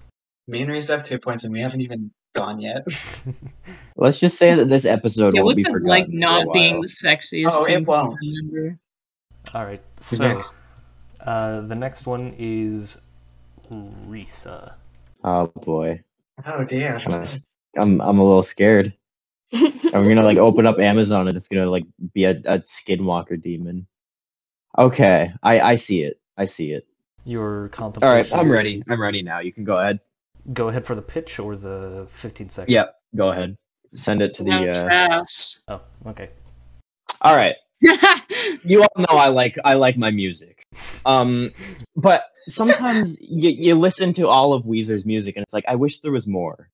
H: Me and Reese have two points, and we haven't even gone yet.
G: Let's just say that this episode
I: It
G: won't be
I: looks
G: forgotten.
I: like
G: for a
I: not being
G: while.
I: the sexiest.
H: Oh, it
I: team
H: won't.
I: member.
E: All right.
B: The
E: So
B: next-
E: uh, the next one is Risa.
G: Oh boy,
H: Oh dear.
G: Kinda s- I'm I'm a little scared. I'm gonna like open up Amazon and it's gonna like be a, a Skinwalker demon. Okay, I I see it. I see it.
E: Your
G: All right,
E: contemplation.
G: I'm ready. I'm ready now. You can go ahead.
E: Go ahead for the pitch or the 15 second.
G: Yeah, go ahead. Send it to the.
I: That was
G: Uh...
I: fast.
E: Oh, okay.
G: All right. you all know I like I like my music. Um but sometimes you you listen to all of Weezer's music and it's like I wish there was more.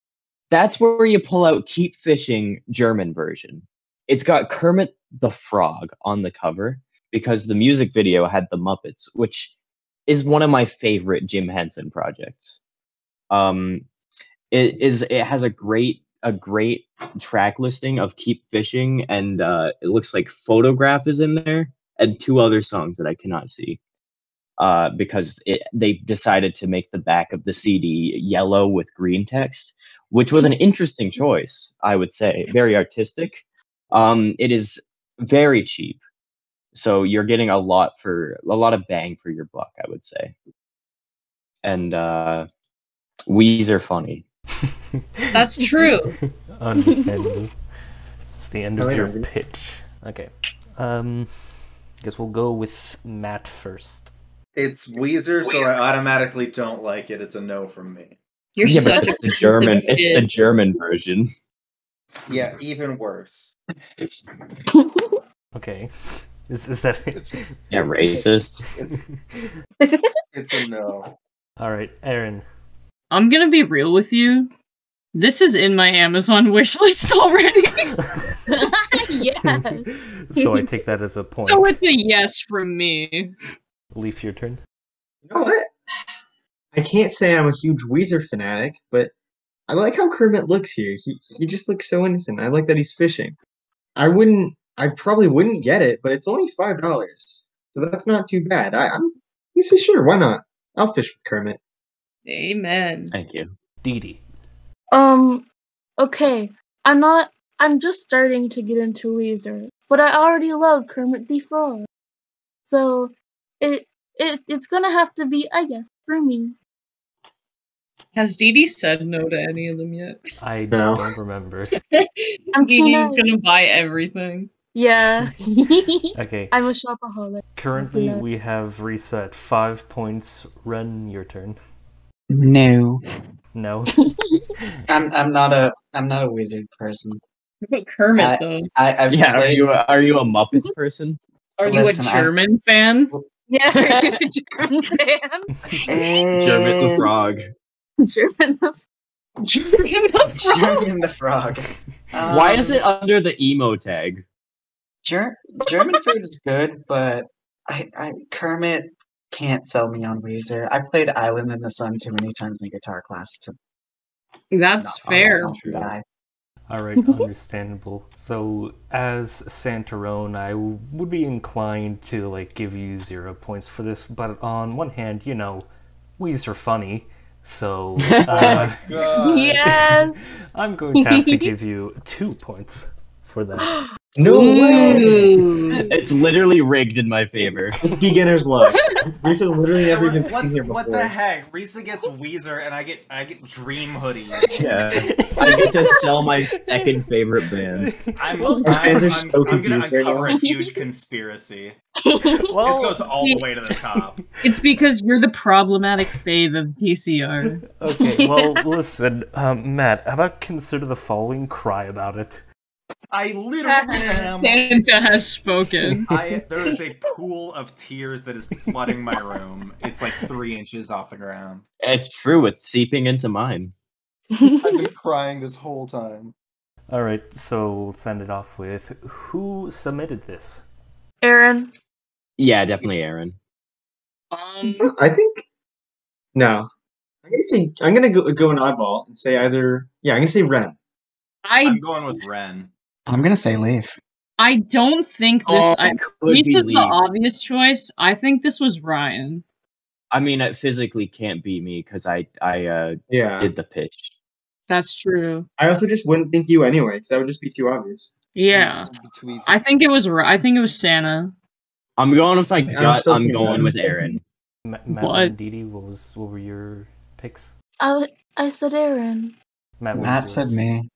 G: That's where you pull out Keep Fishing German version. It's got Kermit the Frog on the cover because the music video had the Muppets, which is one of my favorite Jim Henson projects. Um, it is it has a great a great track listing of Keep Fishing and uh, it looks like Photograph is in there and two other songs that I cannot see. Uh, because it, they decided to make the back of the CD yellow with green text, which was an interesting
I: Mm-hmm.
G: choice, I would say. Very artistic. Um, it is very cheap, so you're getting a lot for a lot of bang for your buck, I would say. And uh, Wheeze are funny.
I: That's true.
E: Understandable. it's the end of
B: Hello,
E: your
B: Andy.
E: pitch. Okay. Um, guess we'll go with Matt first.
J: It's Weezer, so I automatically don't like it. It's a no from me.
I: You're
G: yeah,
I: such
G: but
I: a
G: it's the German.
I: piece of
G: It's the
I: shit.
G: German version.
J: Yeah, even worse.
E: Okay. Is is that
J: It's
G: Yeah, racist.
J: it's a no.
E: All right, Aaron.
I: I'm gonna be real with you. This is in my Amazon wish list already. yes.
E: so I take that as a point.
I: So it's a yes from me.
E: Leaf, your turn.
B: You know what? I can't say I'm a huge Weezer fanatic, but I like how Kermit looks here. He he just looks so innocent. I like that he's fishing. I wouldn't. I probably wouldn't get it, but it's only five dollars, so that's not too bad. I, I'm. You say sure? Why not? I'll fish with Kermit.
I: Amen.
G: Thank you.
E: Dee Dee.
C: Um, okay. I'm not. I'm just starting to get into Weezer, but I already love Kermit the Frog, so it it it's gonna have to be I guess for me.
I: Has Dee Dee said no to any of them yet?
E: I
B: No.
E: don't remember.
C: I'm
I: Dee
C: too
I: Dee's
C: nice.
I: gonna buy everything.
C: Yeah,
E: Okay.
C: I'm a shopaholic.
E: Currently,
C: No.
E: we have reset five points. Ren, your turn.
H: No.
E: No.
H: I'm I'm not a I'm not a wizard person.
I: What about Kermit
H: I-
I: though?
H: I, I've
G: Yeah, are
H: played-
G: you a, are you a Muppets person?
I: Are
H: listen,
I: you a
H: I-
I: German fan?
C: Yeah, are you a German fan.
G: German the
H: Eh,
G: Frog.
C: German.
I: German the Frog.
H: German the Frog.
G: Why is
H: Um,
G: it under the emo tag?
H: Ger- German food is good, but I, I Kermit can't sell me on Weezer. I played Island in the Sun too many times in guitar class to
I: That's
H: not-
I: fair.
H: not to die.
E: All right, understandable. So, as Santarone, I w- would be inclined to like give you zero points for this, but on one hand, you know, Weezer are funny, so uh,
J: God.
C: Yes.
E: I'm going to have to give you two points for that.
B: No
F: Mm.
B: way.
I: Ooh.
G: It's literally rigged in my favor.
B: It's beginner's luck. Reese has literally never even
F: What,
B: been here before.
F: what the heck? Risa gets Weezer, and I get I get Dream Hoodie.
G: Yeah, I get to sell my second favorite band.
F: I'm,
E: well,
B: Our
F: I'm,
B: fans are
F: I'm-
B: so
F: I'm gonna
B: confused right
F: uncover
B: now.
F: a huge conspiracy. This
E: well,
F: goes all the way to the top.
I: It's because you're the problematic fave of DCR.
E: okay. Well, listen, um, Matt. How about consider the following? Cry about it.
F: I literally am.
I: Santa has spoken.
F: I there is a pool of tears that is flooding my room. It's like three inches off the ground.
G: It's true. It's seeping into mine.
F: I've been crying this whole time.
E: All right. So we'll send it off with who submitted this.
C: Aaron.
G: Yeah, definitely, Aaron.
I: Um,
B: I think no. I'm gonna say I'm gonna go, go an oddball and say either yeah I'm gonna say Ren.
I: I
F: I'm going with Ren.
H: I'm gonna say leaf.
I: I don't think this.
G: Oh,
I: I,
G: it could
I: this
G: be
I: is
G: Lee.
I: the obvious choice. I think this was Ryan.
G: I mean, it physically can't be me because I I uh,
B: Yeah.
G: did the pitch.
I: That's true.
B: I also just wouldn't think you anyway because that would just be too obvious.
I: Yeah,
F: It's Weezer.
I: I think it was. Ri- I think it was Santa.
G: I'm going with my
B: I'm
G: gut.
B: still
G: I'm
B: team
G: going
B: Aaron.
G: with Aaron.
E: Ma- Matt
I: What?
E: and Didi, what was what were your picks?
C: I I said Aaron.
E: Matt, what was
H: Matt said
E: yours?
H: me.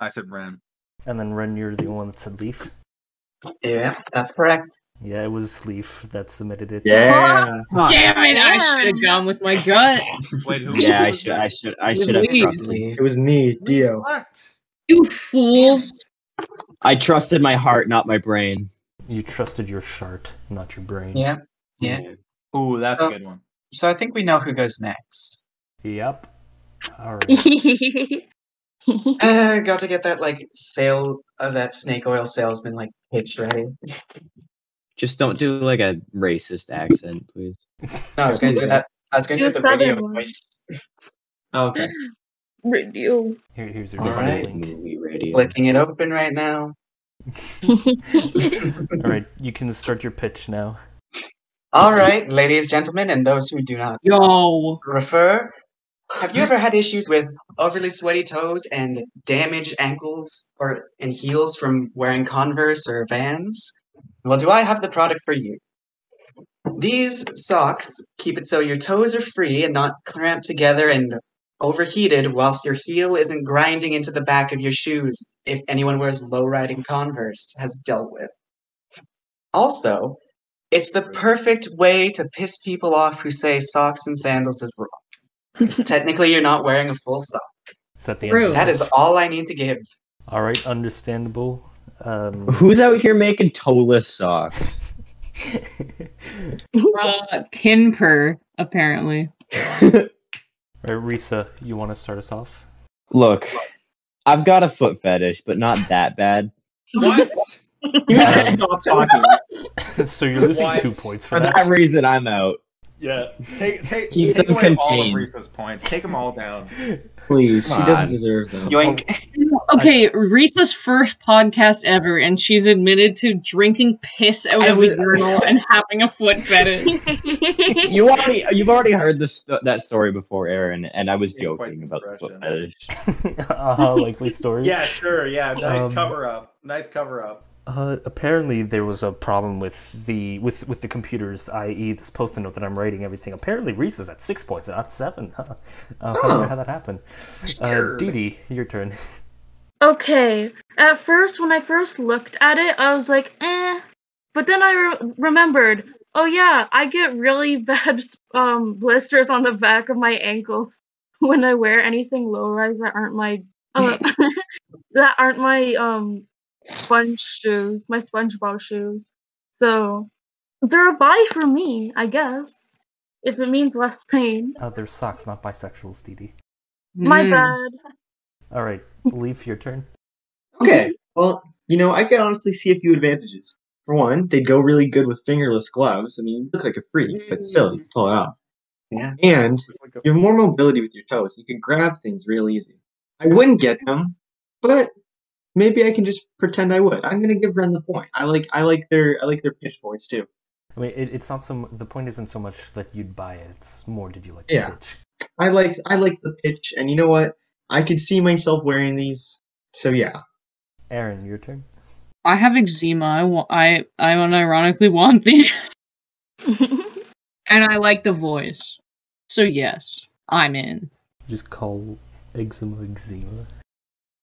F: I said Ren.
E: And then Ren, you're the only one that said Leaf.
H: Yeah, that's correct.
E: Yeah, it was Leaf that submitted it.
B: Yeah.
I: Damn it! I
C: Aaron.
I: should have gone with my gut.
F: Wait, who?
G: Yeah, I
F: was
G: should
F: it?
G: I should I
I: It was
G: should have
I: Lee.
G: trusted.
H: Leaf.
B: It was me, Dio.
F: What?
I: You fools!
G: I trusted my heart, not my brain.
E: You trusted your shart, not your brain.
H: Yeah. Yeah.
F: Ooh, that's
H: So-
F: a good one.
H: So I think we know who goes next.
E: Yep. All right.
C: Aaron.
H: Uh, got to uh, get that like sale of that snake oil salesman like pitch ready.
G: Just don't do like a racist accent, please.
H: No, I was going to do that. I was going to
C: Do
H: do
C: a
H: the
C: southern
H: radio
C: one.
H: voice.
B: Okay.
C: Radio.
E: Here, here's your
H: All
E: funny
H: right.
E: link.
G: Movie radio.
H: Flicking it open right now.
E: All right, you can start your pitch now.
H: All right, ladies, gentlemen, and those who do not
I: Yo.
H: refer. Have you ever had issues with overly sweaty toes and damaged ankles or and heels from wearing Converse or Vans? Well, do I have the product for you? These socks keep it so your toes are free and not clamped together and overheated whilst your heel isn't grinding into the back of your shoes if anyone wears low-riding Converse has dealt with. Also, it's the perfect way to piss people off who say socks and sandals is wrong. Because technically, you're not wearing a full sock.
E: Is that the
I: True.
E: end?
H: That is all I need to give.
E: All right, understandable. Um,
G: Who's out here making toeless socks?
I: Uh, Kinper, apparently.
E: all right, Risa, you want to start us off?
G: Look, I've got a foot fetish, but not that bad.
J: What?
B: You just stop talking.
E: so you're losing
J: What?
E: two points for
G: For
E: that.
G: that reason, I'm out.
J: Yeah. Take take,
G: Keep
J: take
G: them
J: away all of
G: contained.
J: Risa's points. Take them all down.
B: Please,
G: Come
B: she doesn't
G: on.
B: deserve them.
H: Yoink.
I: Okay, Risa's first podcast ever, and she's admitted to drinking piss out
G: I
I: of a
G: would-
I: urinal and having a foot fetish.
G: You already, you've already heard this that story before, Aaron, and I was
J: Yeah, quite
G: joking about the foot
J: depression.
G: fetish.
E: uh, likely story.
J: Yeah, sure. Yeah, nice
E: Um,
J: cover up. Nice cover up.
E: Uh, apparently, there was a problem with the with with the computers, i.e., this post-it note that I'm writing everything. Apparently, Reese is at six points, not seven. Huh? Uh, I don't know how that happened. Uh, Dee Dee, your turn.
C: Okay. At first, when I first looked at it, I was like, eh. But then I re- remembered, oh yeah, I get really bad um, blisters on the back of my ankles when I wear anything low rise that aren't my uh, that aren't my um sponge shoes, my SpongeBob shoes. So they're a buy for me, I guess, if it means less pain.
E: Uh, there's socks, not bisexuals, Dee Dee.
C: My
I: Mm.
C: bad.
E: All right, Leaf, your turn.
B: Okay. Well, you know, I could honestly see a few advantages. For one, they'd go really good with fingerless gloves. I mean, you look like a freak, but still, you can pull it off.
H: Yeah.
B: And you have more mobility with your toes. You can grab things real easy. I wouldn't get them, but maybe I can just pretend I would. I'm gonna give Ren the point. I like I like their I like their pitch points too.
E: I mean, it, it's not so. m- The point isn't so much that you'd buy it; it's more did you like
B: Yeah.
E: the pitch?
B: I liked I liked the pitch, and you know what? I could see myself wearing these. So yeah.
E: Aaron, your turn.
I: I have eczema. I, wa- I, I unironically want these. And I like the voice. So, yes, I'm in.
E: Just call eczema eczema.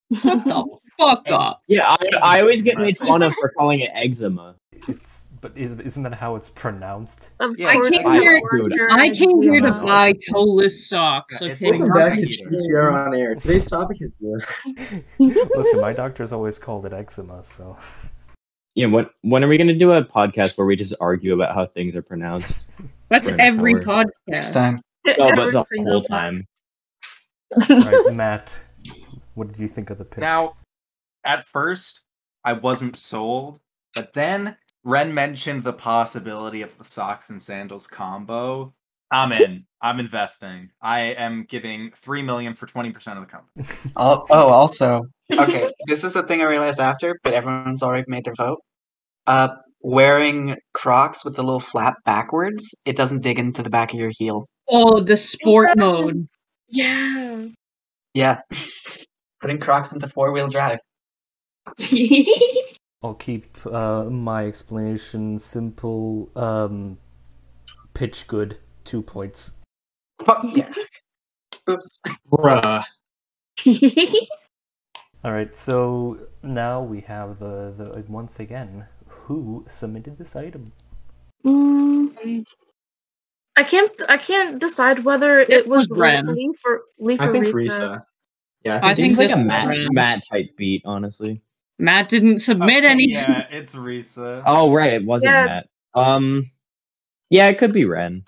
I: What the fuck up?
G: Yeah, I, I always get made fun of for calling it eczema.
E: It's but is, isn't that how it's pronounced?
C: Of
J: Yeah, I
C: course,
I: came
C: of
I: here-
C: course,
G: dude,
C: you're
I: I came here to
C: eczema.
I: buy toeless socks.
J: Yeah, it's
I: Okay.
J: like-
B: Welcome back to
J: Eater.
B: TCR on air. Today's topic is the
E: Listen, my doctor's always called it eczema, so
G: Yeah, when when are we gonna do a podcast where we just argue about how things are pronounced?
I: That's
G: For an
I: every
G: hour.
H: Next
I: podcast.
H: time.
G: No, but
C: Every
G: the
C: single
G: whole
C: time.
G: time.
E: All right, Matt, what did you think of the pitch?
F: Now, at first, I wasn't sold, but then Ren mentioned the possibility of the socks and sandals combo. I'm in. I'm investing. I am giving three million for twenty percent of the company.
H: Al- oh, also, okay, this is the thing I realized after, but everyone's already made their vote. Uh, wearing Crocs with the little flap backwards, it doesn't dig into the back of your heel.
I: Oh, the sport
C: Impressive.
I: mode.
C: Yeah.
H: Yeah. Putting Crocs into four-wheel drive.
E: I'll keep uh, my explanation simple. Um, pitch good, two points.
H: Fuck yeah. Oops.
B: bruh.
E: All right, so now we have the, the once again who submitted this item.
C: Mm. I can't. I can't decide whether it was
I: was Ren.
C: Leaf or Leaf
B: I
C: or
B: think
C: Risa.
B: Risa. Yeah,
I: I think
G: Seems like
I: this
G: a
I: is
G: Matt
I: Ren.
G: Matt type beat, honestly.
I: Matt didn't submit
F: Okay,
I: anything.
F: Yeah, it's Risa.
G: Oh right, it wasn't
C: Yeah.
G: Matt. Um, yeah, it could be Ren.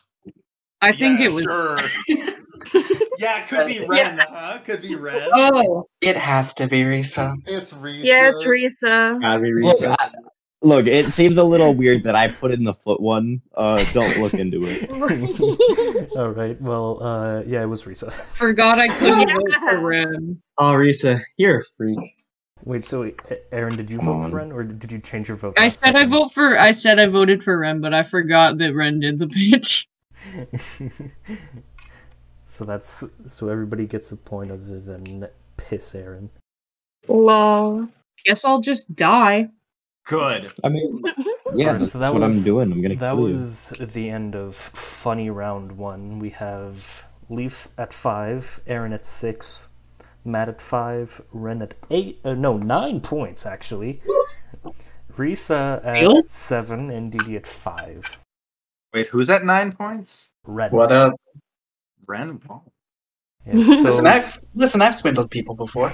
I: I think
J: Yeah,
I: it was.
J: Sure. yeah, it could be Ren. Huh? Could be Ren.
I: Oh,
H: It has to be Risa.
J: It's Risa.
C: Yeah, it's Risa.
B: gotta be
G: Look,
B: Risa.
G: I, Look, it seems a little weird that I put in the foot one. Uh, don't look into it.
E: All right. Well, uh, yeah, it was Risa.
I: Forgot I couldn't vote for Ren.
B: Oh, Risa, you're a freak.
E: Wait, so wait, A- Aaron, did you
G: Come
E: vote
G: on.
E: for Ren, or did you change your vote?
I: I
E: last
I: said I
E: second?
I: vote for. I said I voted for Ren, but I forgot that Ren did the pitch.
E: so that's so everybody gets a point other than piss Aaron.
C: Lol.
I: Guess I'll just die.
J: Good.
G: I mean, yeah,
E: Alright,
G: that's what I'm doing. I'm gonna
E: That
G: kill you.
E: was the end of funny round one. We have Leaf at five, Aaron at six, Matt at five, Ren at eight. Uh, no, nine points actually. Risa at
I: Really?
E: seven and Didi at five.
J: Wait, who's at nine points?
E: Ren.
H: What up?
J: Ren. Wall.
E: Yeah,
H: Listen,
E: so-
H: I've listen, I've swindled people before.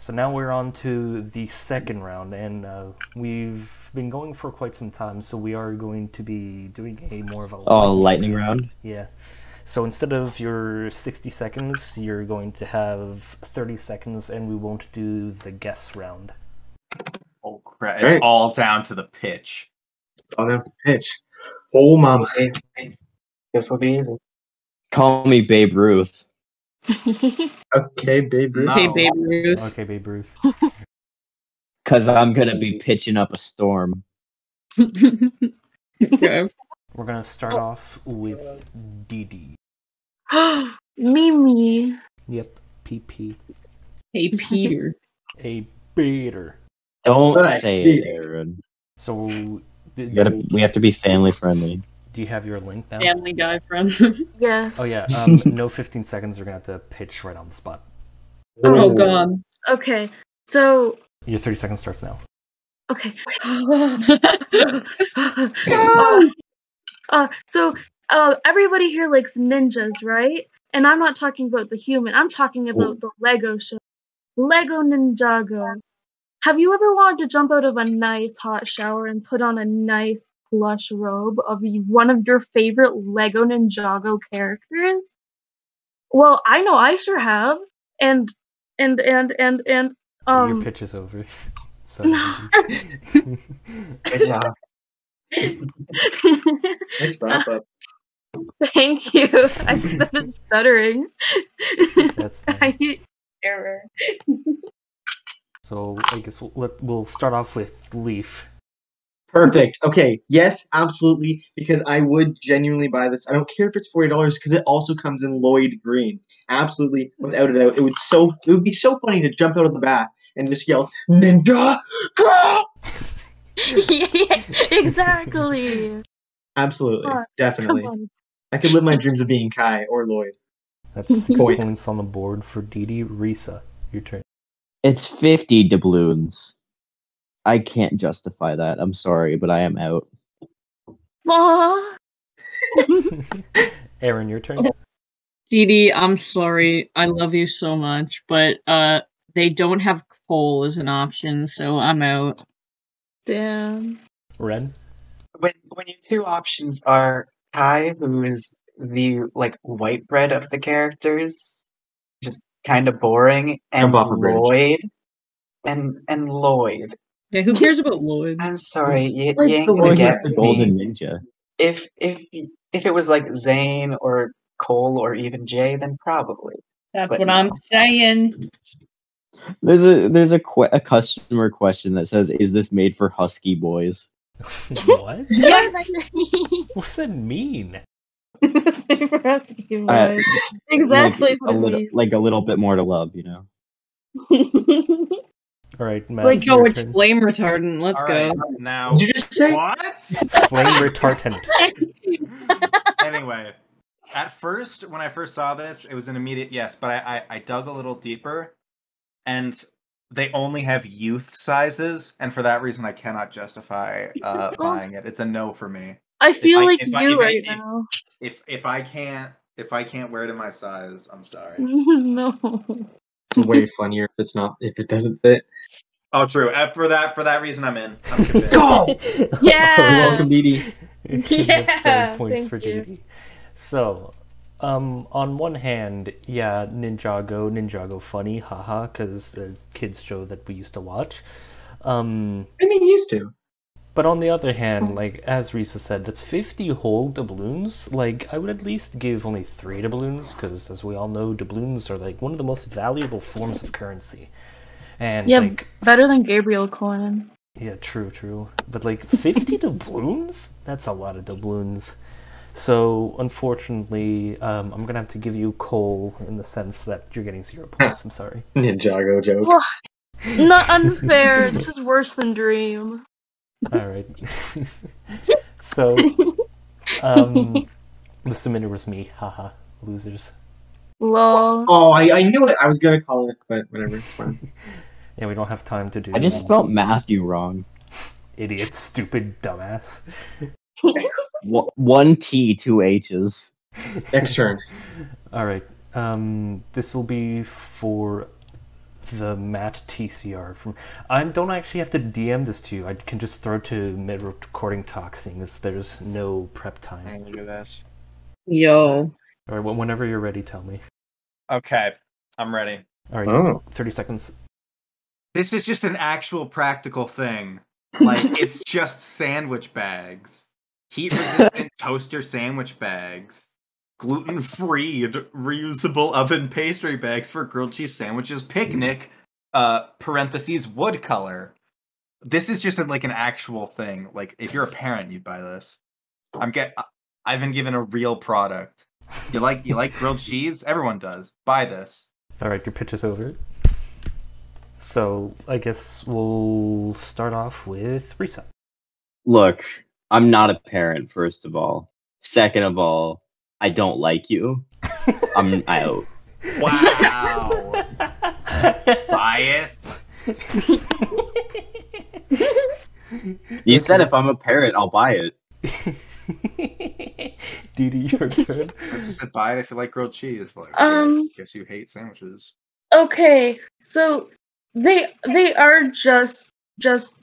E: So now we're on to the second round, and uh, we've been going for quite some time, so we are going to be doing a more of a
G: Oh, lightning round.
E: Yeah. So instead of your 60 seconds, you're going to have 30 seconds, and we won't do the guess round.
J: Oh crap! It's
B: Great.
J: all down to the pitch.
B: I don't have to pitch. Oh, mama.
H: This will be easy.
G: Call me Babe Ruth.
B: Okay, Babe Ruth.
I: Okay,
J: No.
I: Babe Ruth.
E: Okay, Babe Ruth.
G: Cause I'm gonna be pitching up a storm.
I: Okay.
E: We're going to start
C: Oh.
E: off with DD.
C: Mimi.
E: Yep, PP.
I: Hey, Peter.
E: A beater.
G: Don't
B: Alright,
G: say
B: dude.
G: it, Aaron.
E: So,
G: We,
E: th-
G: gotta, we have to be family friendly.
E: do you have your link now?
I: Family Guy friend.
C: Yes.
E: Oh, yeah. Um, no 15 seconds. We're going to have to pitch right on the spot.
I: oh, God.
C: Okay. So
E: Your 30 seconds starts now.
C: okay. uh, uh, so uh, everybody here likes ninjas, right? And I'm not talking about the human. I'm talking about the Lego show. Lego Ninjago. Have you ever wanted to jump out of a nice hot shower and put on a nice plush robe of y- one of your favorite Lego Ninjago characters? Well, I know I sure have. And and and and and
E: Your
C: um
E: pitch is over. So,
C: No.
H: Good job.
B: Let's wrap up.
C: Thank you. I started stuttering.
E: that's
C: I
E: fine.
C: hate error.
E: So I guess we'll, let, we'll start off with Leaf.
B: Perfect. Okay. Yes, absolutely. Because I would genuinely buy this. I don't care if it's forty dollars because it also comes in Lloyd Green. Absolutely, without a doubt. It would so it would be so funny to jump out of the bath and just yell Ninja Go!
C: yeah, exactly.
B: Absolutely,
C: Huh, Come
B: definitely.
C: on.
B: I could live my dreams of being Kai or Lloyd.
E: That's six
B: Point.
E: points on the board for Didi. Risa, your turn.
G: It's 50 doubloons. I can't justify that. I'm sorry, but I am out.
C: Aw.
E: Aaron, your turn.
I: DD, I'm sorry. I love you so much, but uh, they don't have coal as an option, so I'm out.
C: Damn.
E: Ren.
H: When when your two options are Kai, who is the like white bread of the characters, just kind of boring, and
B: Jump off a bridge.
H: Lloyd, and and Lloyd.
I: Yeah, who cares about Lloyd?
H: I'm sorry, you, you
G: It's
H: ain't
G: the
H: gonna
G: one
H: get
G: who's the
H: me.
G: golden ninja.
H: If if y- if it was like Zane or Cole or even Jay, then probably.
I: That's
H: But
I: what I'm
H: no.
I: saying.
G: There's a there's a que- a customer question that says, "Is this made for husky boys?"
E: what?
I: Yes!
E: What's that mean?
C: Same for us, you
G: Uh,
C: guys. exactly
G: like,
C: what
G: a
C: it
G: little like a little bit more to love, you know.
C: means.
E: All right, Matt.
I: Wait, Joe,
E: your
I: it's
E: turn.
I: flame retardant. Let's
J: All
I: go.
J: right, Now
B: Did you just say?
J: what?
E: Flame retardant.
J: anyway, at first, when I first saw this, it was an immediate yes, but I, I, I dug a little deeper, and they only have youth sizes, and for that reason, I cannot justify uh,
I: Oh.
J: buying it. It's a no for me.
C: I feel
J: I-
C: like
J: if I-
C: you
J: if I-
C: right
J: if-
C: now.
J: If if I can't if I can't wear it in my size, I'm
I: Mm.
J: sorry.
C: no.
B: It's way funnier if it's not if it doesn't fit.
J: Oh, true. Uh, for that for that reason, I'm in. I'm convinced.
C: Yeah.
B: Welcome, Didi.
E: yeah,
C: Yeah,
E: points
C: thank
E: for
C: you.
E: Didi. So, um, on one hand, yeah, Ninjago, Ninjago funny, haha, because uh, kids show that we used to watch. Um,
B: and he used to.
E: But on the other hand, like as Risa said, that's fifty whole doubloons. Like I would at least give only three doubloons because, as we all know, doubloons are like one of the most valuable forms of currency. And
C: yeah,
E: like
C: better than Gabriel coin.
E: yeah, true, true. But like 50 doubloons? That's a lot of doubloons. So, unfortunately, um, I'm gonna have to give you coal in the sense that you're getting zero points. I'm sorry.
B: Ninjago joke.
C: Ugh, Not unfair. this is worse than Dream.
E: Alright. so, um, the submitter was me. Haha. Losers.
C: Lol.
B: Oh, I, I knew it. I was gonna call it, but whatever. It's fine.
E: Yeah, we don't have time to do
G: I just spelled Matthew wrong.
E: Idiot, stupid, dumbass.
G: Wha- One T, two H's.
B: Next turn.
E: All right. Um, this will be for the Matt TCR from. I don't actually have to DM this to you. I can just throw to mid recording talk, seeing as there's no prep time.
F: Look at this.
I: Yo.
E: All right. wh- Whenever you're ready, tell me.
F: Okay, I'm ready.
E: All right.
B: Oh.
E: Thirty seconds.
F: This is just an actual practical thing. Like it's just sandwich bags, heat resistant toaster sandwich bags, gluten free reusable oven pastry bags for grilled cheese sandwiches, picnic, uh parentheses wood color. This is just like an actual thing. Like if you're a parent, you'd buy this. I'm get I- I've been given a real product. You like you like grilled cheese? Everyone does. Buy this.
E: All right. Your pitch is over. So I guess we'll start off with Risa.
G: Look, I'm not a parent, first of all. Second of all, I don't like you. I'm out.
F: Wow. Bias.
G: You said if I'm a parent, I'll buy it.
E: Didi, your turn.
F: I just said buy it if you like grilled cheese. Like,
C: Um,
F: yeah, guess you hate sandwiches.
C: Okay, so they they are just just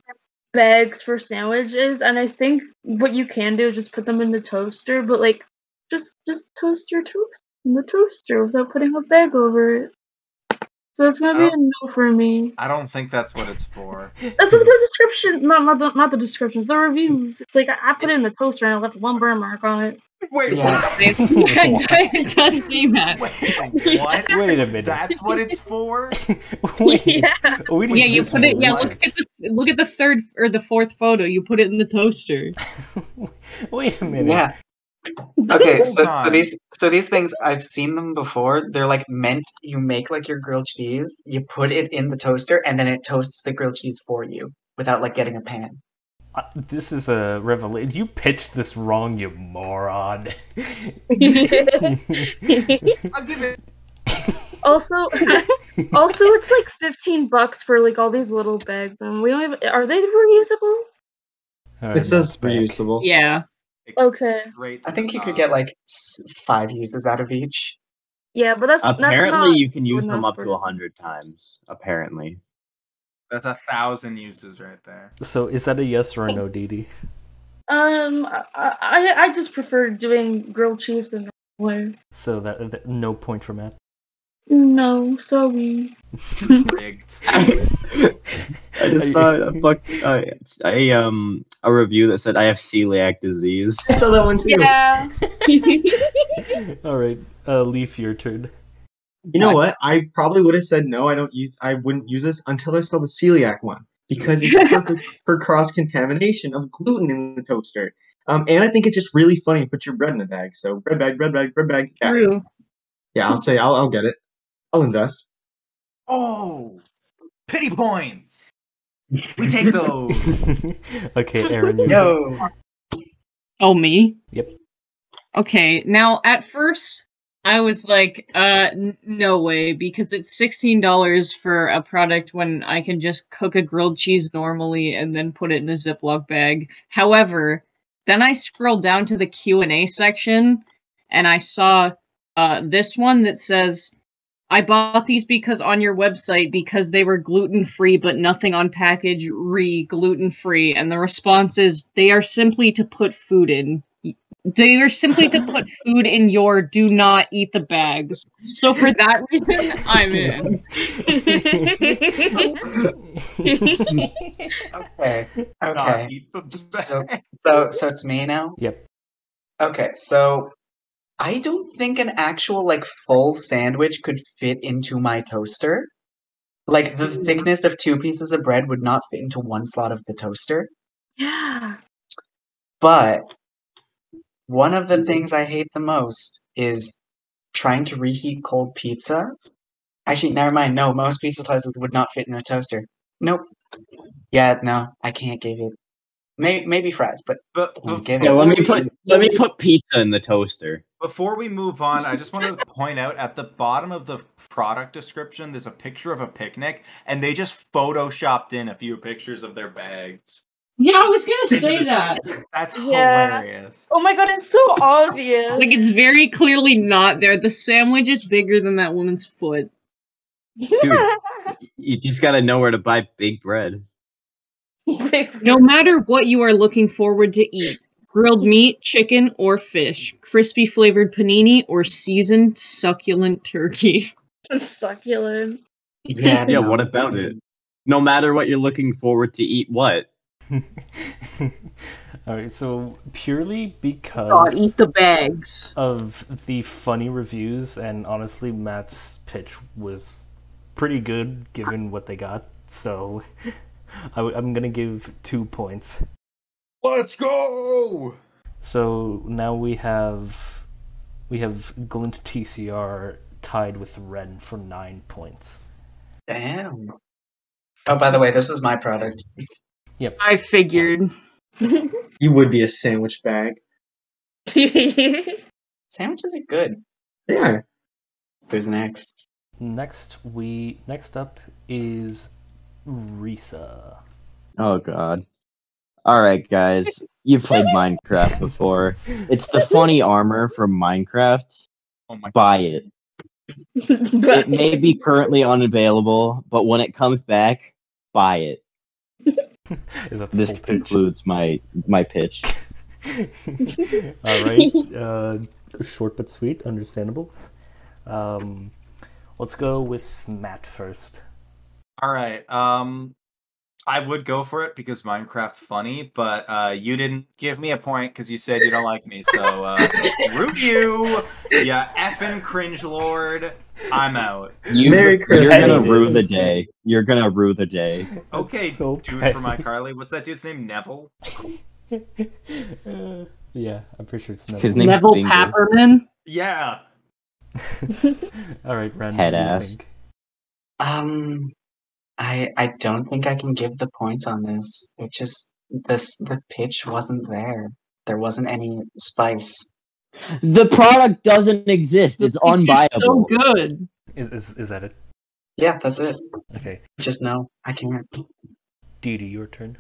C: bags for sandwiches, and I think what you can do is just put them in the toaster, but like just just toast your toast in the toaster without putting a bag over it. So it's gonna be a no for me.
F: I don't think that's what it's for.
C: That's what the description, not not the, not the descriptions, the reviews. It's like I, I put it in the toaster and I left one burn mark on it.
F: Wait,
H: Yeah.
I: it does say that.
F: what? Wait, what?
E: Wait a minute.
F: That's what it's for?
E: Wait. oh,
I: Yeah.
E: We didn't
I: Yeah, you
E: just
I: put it. Yeah,
E: realize-
I: look at the look at the third or the fourth photo. You put it in the toaster.
E: Wait a minute.
H: Yeah. Okay,
F: Hold
H: so, so
F: on.
H: these so these things I've seen them before. They're like meant you make like your grilled cheese, you put it in the toaster, and then it toasts the grilled cheese for you without like getting a pan.
E: Uh, This is a revelation. You pitched this wrong, you moron.
F: I'll give it.
C: Also, also, it's like fifteen bucks for like all these little bags, and we don't even. Are they reusable?
E: All right,
B: It says
E: Matt's back.
B: reusable.
I: Yeah.
C: Okay,
F: Great.
H: I think you could get like s- five uses out of each.
C: yeah, but that's that's
G: Apparently,
C: not.
G: you can use them
C: not
G: up to
C: for-
G: a hundred times. Apparently,
F: That's a thousand uses right there.
E: So is that a yes or a no, Didi?
C: Um, I, I I just prefer doing grilled cheese than normal way.
E: So that, that- no point for Matt.
C: No, sorry.
F: Rigged.
G: I just saw a fuck. I, I um a review that said I have celiac disease.
B: I saw that one too.
I: Yeah.
E: All right, uh, Leaf, your turn.
B: You know what? I probably would have said no. I don't use. I wouldn't use this until I saw the celiac one because it's perfect for cross contamination of gluten in the toaster. Um, and I think it's just really funny to put your bread in a bag. So bread bag, bread bag, bread bag. Yeah,
I: True.
B: yeah. I'll say I'll, I'll get it. I'll invest.
F: Oh, pity points. We take those.
E: okay, Aaron, your turn.
H: Yo,
I: Oh, me?
E: Yep.
I: Okay, now at first I was like, uh, n- no way, because it's $16 for a product when I can just cook a grilled cheese normally and then put it in a Ziploc bag. However, then I scrolled down to the Q&A section and I saw uh, this one that says, I bought these because on your website because they were gluten free, but nothing on package re gluten free. And the response is they are simply to put food in. Y- They are simply to put food in your do not eat the bags. So for that reason, I'm in.
H: Okay. Okay.
J: eat the
H: So, so, so it's me now.
E: Yep.
H: Okay. So, I don't think an actual like full sandwich could fit into my toaster. Like the thickness of two pieces of bread would not fit into one slot of the toaster.
C: Yeah.
H: But one of the things I hate the most is trying to reheat cold pizza. Actually, never mind. No, most pizza slices would not fit in a toaster. Nope. Yeah, no, I can't give it. May- maybe fries, but
J: But,
H: can't
J: but
H: give
G: Yeah,
H: it.
G: let me put let me put pizza in the toaster.
J: before we move on, I just wanted to point out at the bottom of the product description, there's a picture of a picnic, and they just photoshopped in a few pictures of their bags.
I: Yeah, I was gonna say that.
J: That's
C: Yeah.
J: hilarious.
C: Oh my god, it's so obvious.
I: Like it's very clearly not there. The sandwich is bigger than that woman's foot.
C: yeah.
G: Y- You just gotta know where to buy big bread.
I: No matter what you are looking forward to eat, grilled meat, chicken, or fish, crispy flavored panini, or seasoned succulent turkey.
C: Succulent.
H: Yeah,
G: Yeah,
H: no.
G: what about it? No matter what you're looking forward to eat, what?
E: All right, so purely
I: God, eat
E: because
I: the bags.
E: of the funny reviews, and honestly, Matt's pitch was pretty good given what they got. So I w- I'm gonna give two points.
J: Let's go.
E: So now we have we have Glint TCR tied with Ren for nine points.
H: Damn. Oh, by the way, this is my product.
I: I figured.
B: You would be a sandwich bag.
H: Sandwiches are good.
B: They are.
H: Who's next?
E: Next we next up is Risa.
G: Oh god. Alright guys, you've played Minecraft before. It's the funny armor from Minecraft.
J: Oh my
G: Buy it. It may be currently unavailable, but when it comes back, buy it.
E: Is that the
G: This
E: full pitch?
G: concludes my my pitch.
E: All right. Uh, short but sweet, understandable. Um, let's go with Matt first.
J: All right. Um, I would go for it because Minecraft funny, but uh, you didn't give me a point because you said you don't like me. So uh, root you, yeah, effing cringe lord. I'm out.
G: You,
B: Merry
G: you're gonna
B: Christmas.
G: rue the day. You're gonna rue the day.
E: That's
J: Okay,
E: so
J: dude
E: bad.
J: from iCarly. What's that dude's name? Neville.
E: Uh, yeah, I'm pretty sure it's not.
G: His name's
I: Neville
G: Bingus.
I: Papperman?
J: Yeah.
E: All right, Ren.
G: Head
E: what do you
G: ass.
E: think?
H: Um, I I don't think I can give the points on this. It just this the pitch wasn't there. There wasn't any spice.
G: The product doesn't exist. It's
I: It's just so
G: unbuyable.
I: good.
E: Is, is is that it?
H: Yeah, that's it.
E: Okay,
H: Just no, I can't.
E: Dee Dee, your turn.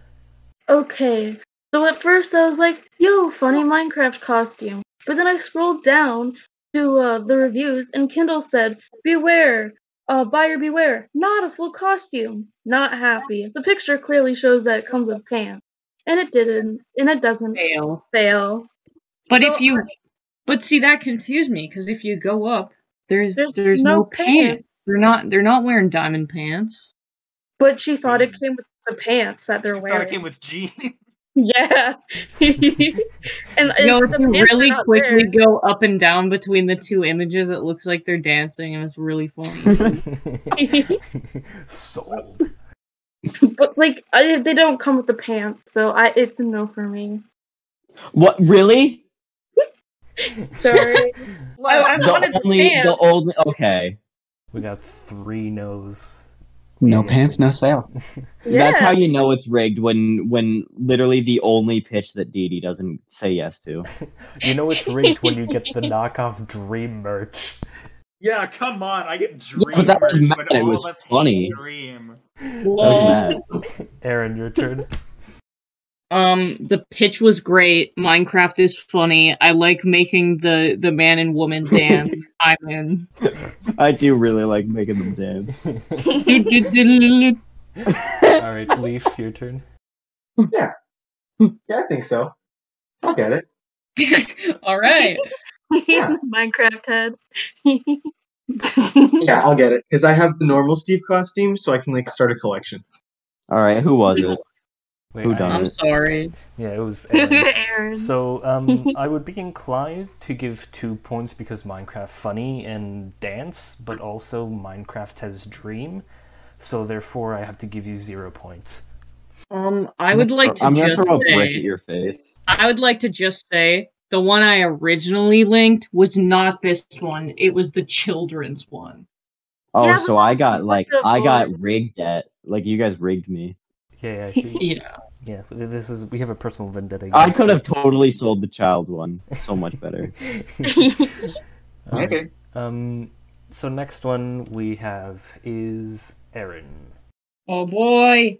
C: Okay. So at first I was like, yo, funny Minecraft costume. But then I scrolled down to uh, the reviews and Kindle said, beware, uh, buyer beware, not a full costume. Not happy. The picture clearly shows that it comes with pants. And it didn't, and it doesn't
I: Fail.
C: fail.
I: But
C: So
I: if you, but see that confused me because if you go up, there's
C: There's
I: there's,
C: no
I: no,
C: pants.
I: pants. They're not they're not wearing diamond pants.
C: But she thought it
J: Mm.
C: came with the pants that they're
J: She thought it
C: wearing.
J: came with G.
C: yeah. and
I: Yo,
C: it's
I: if
C: the
I: you
C: pants are
I: really
C: not
I: quickly
C: there.
I: go up and down between the two images, it looks like they're dancing, and it's really funny.
E: Sold.
C: But like, I, they don't come with the pants, so I it's a no for me.
G: What really?
C: Sorry. I, I wanted
G: The
C: the
G: only
C: pants.
G: the only okay.
E: We got three no's.
H: No
E: Yeah.
H: pants, no sale.
C: yeah.
G: That's how you know it's rigged when when literally the only pitch that Dee Dee doesn't say yes to.
E: You know it's rigged when you get the knockoff Dream merch.
J: yeah, come on. I get
G: Yeah,
J: dream.
G: but that was
J: merch
G: Matt,
J: when
G: it
J: all
G: was
J: of us hate
G: funny.
J: Dream.
G: That was
I: Lol.
G: mad.
E: Aaron, your turn.
I: Um, the pitch was great. Minecraft is funny. I like making the the man and woman dance. I'm in.
G: I do really like making them dance.
E: All right, Leaf, your turn.
B: Yeah, I think so. I'll get it.
I: All right.
B: Yeah.
C: Minecraft head.
B: Yeah, I'll get it because I have the normal Steve costume, so I can like start a collection.
G: All right, who was it?
E: Wait,
G: Who
E: I-
G: done
I: I'm
G: it?
I: sorry.
E: Yeah, it was Aaron.
C: Aaron.
E: So um, I would be inclined to give two points because Minecraft funny and dance, but also Minecraft has dream, so therefore I have to give you zero points.
I: Um, I would like to
G: I'm gonna
I: just
G: throw a brick at
I: say,
G: your face.
I: I would like to just say, the one I originally linked was not this one. It was the children's one.
G: Oh,
C: Yeah,
G: so
C: but
G: I got like
C: the
G: I
C: vote-
G: got rigged at like you guys rigged me.
E: Yeah, yeah, he-
I: Yeah.
E: yeah. This is we have a personal vendetta.
G: I
E: against
G: could have
E: it.
G: totally sold the child one. So much better.
E: Um,
H: Okay.
E: Um. So next one we have is Aaron.
I: Oh boy.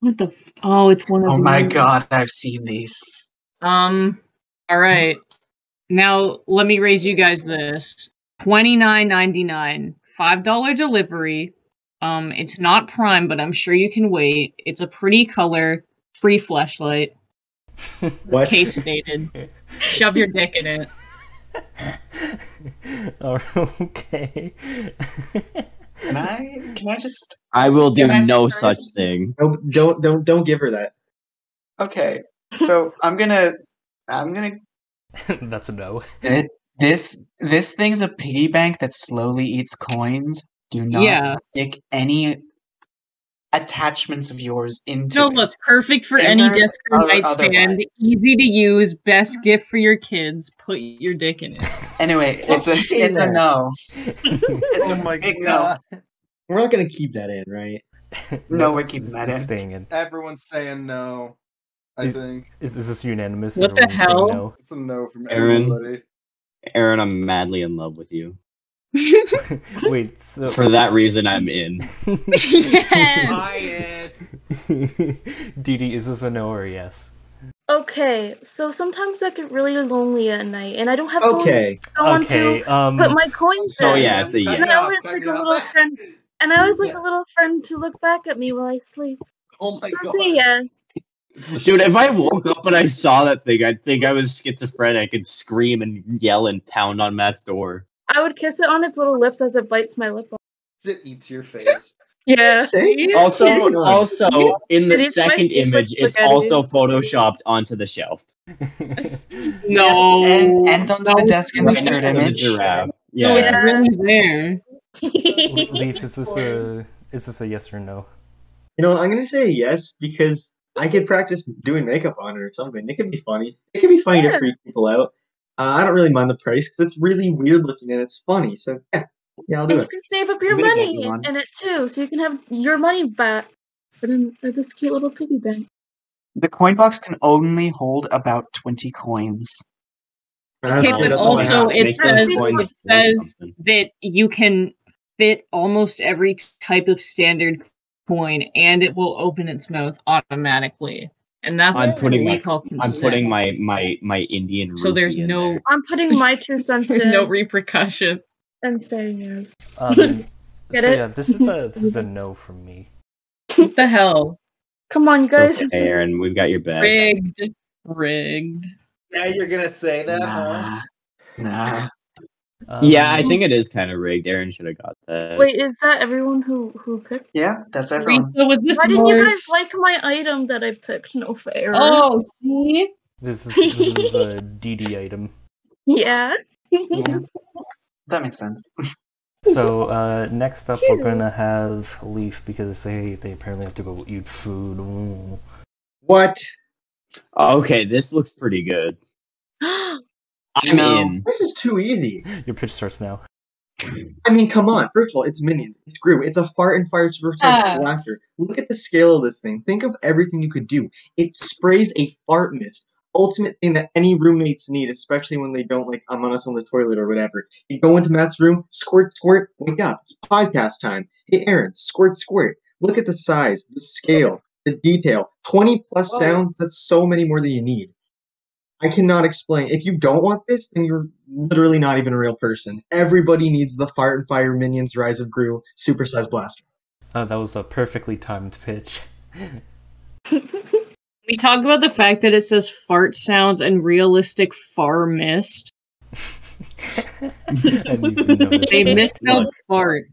I: What the? F- oh, it's one of
H: Oh
I: the
H: my
I: new-
H: god, I've seen these.
I: Um. All right. Now let me raise you guys this twenty nine ninety nine five dollar delivery. Um, it's not prime, but I'm sure you can wait. It's a pretty color, free flashlight.
B: What?
I: Case stated. Shove your dick in it.
E: Oh, okay.
H: Can I? Can I just?
G: I will do
H: Can I
G: no
H: first?
G: such thing.
B: Nope, don't don't don't give her that.
H: Okay, so I'm gonna, I'm gonna.
E: That's a no.
H: eh, This this thing's a piggy bank that slowly eats coins. Do not
I: Yeah.
H: stick any attachments of yours into
I: No,
H: it.
I: look, perfect for any
H: Fingers
I: desk or
H: or
I: nightstand.
H: otherwise.
I: Easy to use. Best gift for your kids. Put your dick in it.
H: Anyway, it's a
B: say
H: it's a
B: that.
H: no. It's
J: oh
H: a
J: my
H: big
J: god.
B: We're not gonna keep that in, right?
H: no. No, we're
E: That's-
H: keeping that
E: that's
H: in.
E: staying in.
J: Everyone's saying no. I
E: Is-
J: think
E: Is, is this unanimous?
I: What the
E: Everyone saying
I: hell?
E: no?
J: it's a no from
G: Aaron?
J: everybody.
G: Aaron, I'm madly in love with you.
E: Wait, so
G: For that reason, I'm in.
I: yes.
J: Bias.
E: Dee Dee, is this a no or a yes?
C: Okay, so sometimes I get really lonely at night, and I don't have someone-
B: Okay.
C: someone
E: okay,
C: to
E: um
C: put my coins
G: So
C: in.
G: yeah, it's a
J: Cut
G: yes.
J: me
C: And I
J: off,
C: always
J: cut
C: like
J: me
C: a
J: off.
C: little friend, and I always like
J: Yeah.
C: a little friend to look back at me while I sleep.
J: Oh my
C: So
J: god.
C: it's a yes.
G: Dude, if I woke up and I saw that thing, I'd think I was schizophrenic and scream and yell and pound on Matt's door.
C: I would kiss it on its little lips as it bites my lip off.
J: it eats your face.
C: Yeah.
B: Sick.
G: Also,
B: Yeah.
G: also in the
C: It is my
G: second
C: face like
G: image, it's
C: spaghetti.
G: also photoshopped onto the shelf.
I: No.
H: and and onto
I: No,
H: the
I: it's
H: desk in the
G: Right
I: really-
G: next
H: third
G: to the
H: image.
G: giraffe.
I: No, it's
G: Yeah.
I: really there.
E: Le- Leaf, is this a is this a yes or no?
B: You know, I'm gonna say yes because I could practice doing makeup on it or something. It could be funny. It could be funny to
C: Yeah.
B: freak people out. Uh, I don't really mind the price because it's really weird looking and it's funny. So yeah, yeah, I'll
C: and
B: do
C: you
B: it.
C: can save up your
H: I'm gonna get you
C: money
H: one.
C: in it too, so you can have your money back. But in uh, this cute little piggy bank.
H: The coin box can only hold about twenty coins.
B: I
I: Okay,
B: don't care.
G: Oh,
I: but
B: That's all I
I: also
B: have.
G: make
I: it
G: those
I: says
G: coins
I: it
G: worth
I: says
G: something.
I: that you can fit almost every t- type of standard coin, and it will open its mouth automatically, and that's
G: I'm putting
I: what
G: my
I: we call
G: I'm
I: consent.
G: putting my my my Indian
I: So there's
G: rupee in
I: no-
G: there.
C: I'm putting my two cents
I: There's
C: in
I: no repercussion.
C: and saying yes.
E: Um,
C: Get
E: so
C: it?
E: yeah, this is a this is a no from me.
I: What the hell?
C: Come on, you guys.
G: It's okay, Aaron. We've got your back.
I: Rigged. Rigged.
J: Now you're gonna say that, huh?
H: Nah, nah.
E: Um,
G: Yeah, I think it is kind of rigged. Aaron should have got that.
C: Wait, is that everyone who who picked?
H: Yeah, that's everyone.
I: Rita, was this
C: Why didn't you guys
I: yours?
C: like my item that I picked? No fair.
I: Oh, see?
E: this is this is a DD item.
C: yeah.
H: Yeah, that makes sense.
E: So uh, next up, we're gonna have Leaf because they they apparently have to go eat food. Ooh.
B: What?
G: Okay, this looks pretty good. I'm
H: No.
G: in.
B: This is too easy.
E: Your pitch starts now.
B: I mean, come on. First of all, it's minions. It's Gru. It's a fart and fire supersonic
I: Ah.
B: blaster. Look at the scale of this thing. Think of everything you could do. It sprays a fart mist, ultimate thing that any roommates need, especially when they don't like I'm on us on the toilet or whatever. You go into Matt's room, squirt, squirt. Wake up! It's podcast time. Hey, Aaron, squirt, squirt. Look at the size, the scale, the detail. Twenty plus
I: Whoa.
B: sounds. That's so many more than you need. I cannot explain. If you don't want this, then you're literally not even a real person. Everybody needs the Fire and Fire Minions Rise of Gru supersized blaster.
E: Uh, that was a perfectly timed pitch.
I: we talk about the fact that it says fart sounds and realistic far missed? they misspelled
G: Look.
I: fart.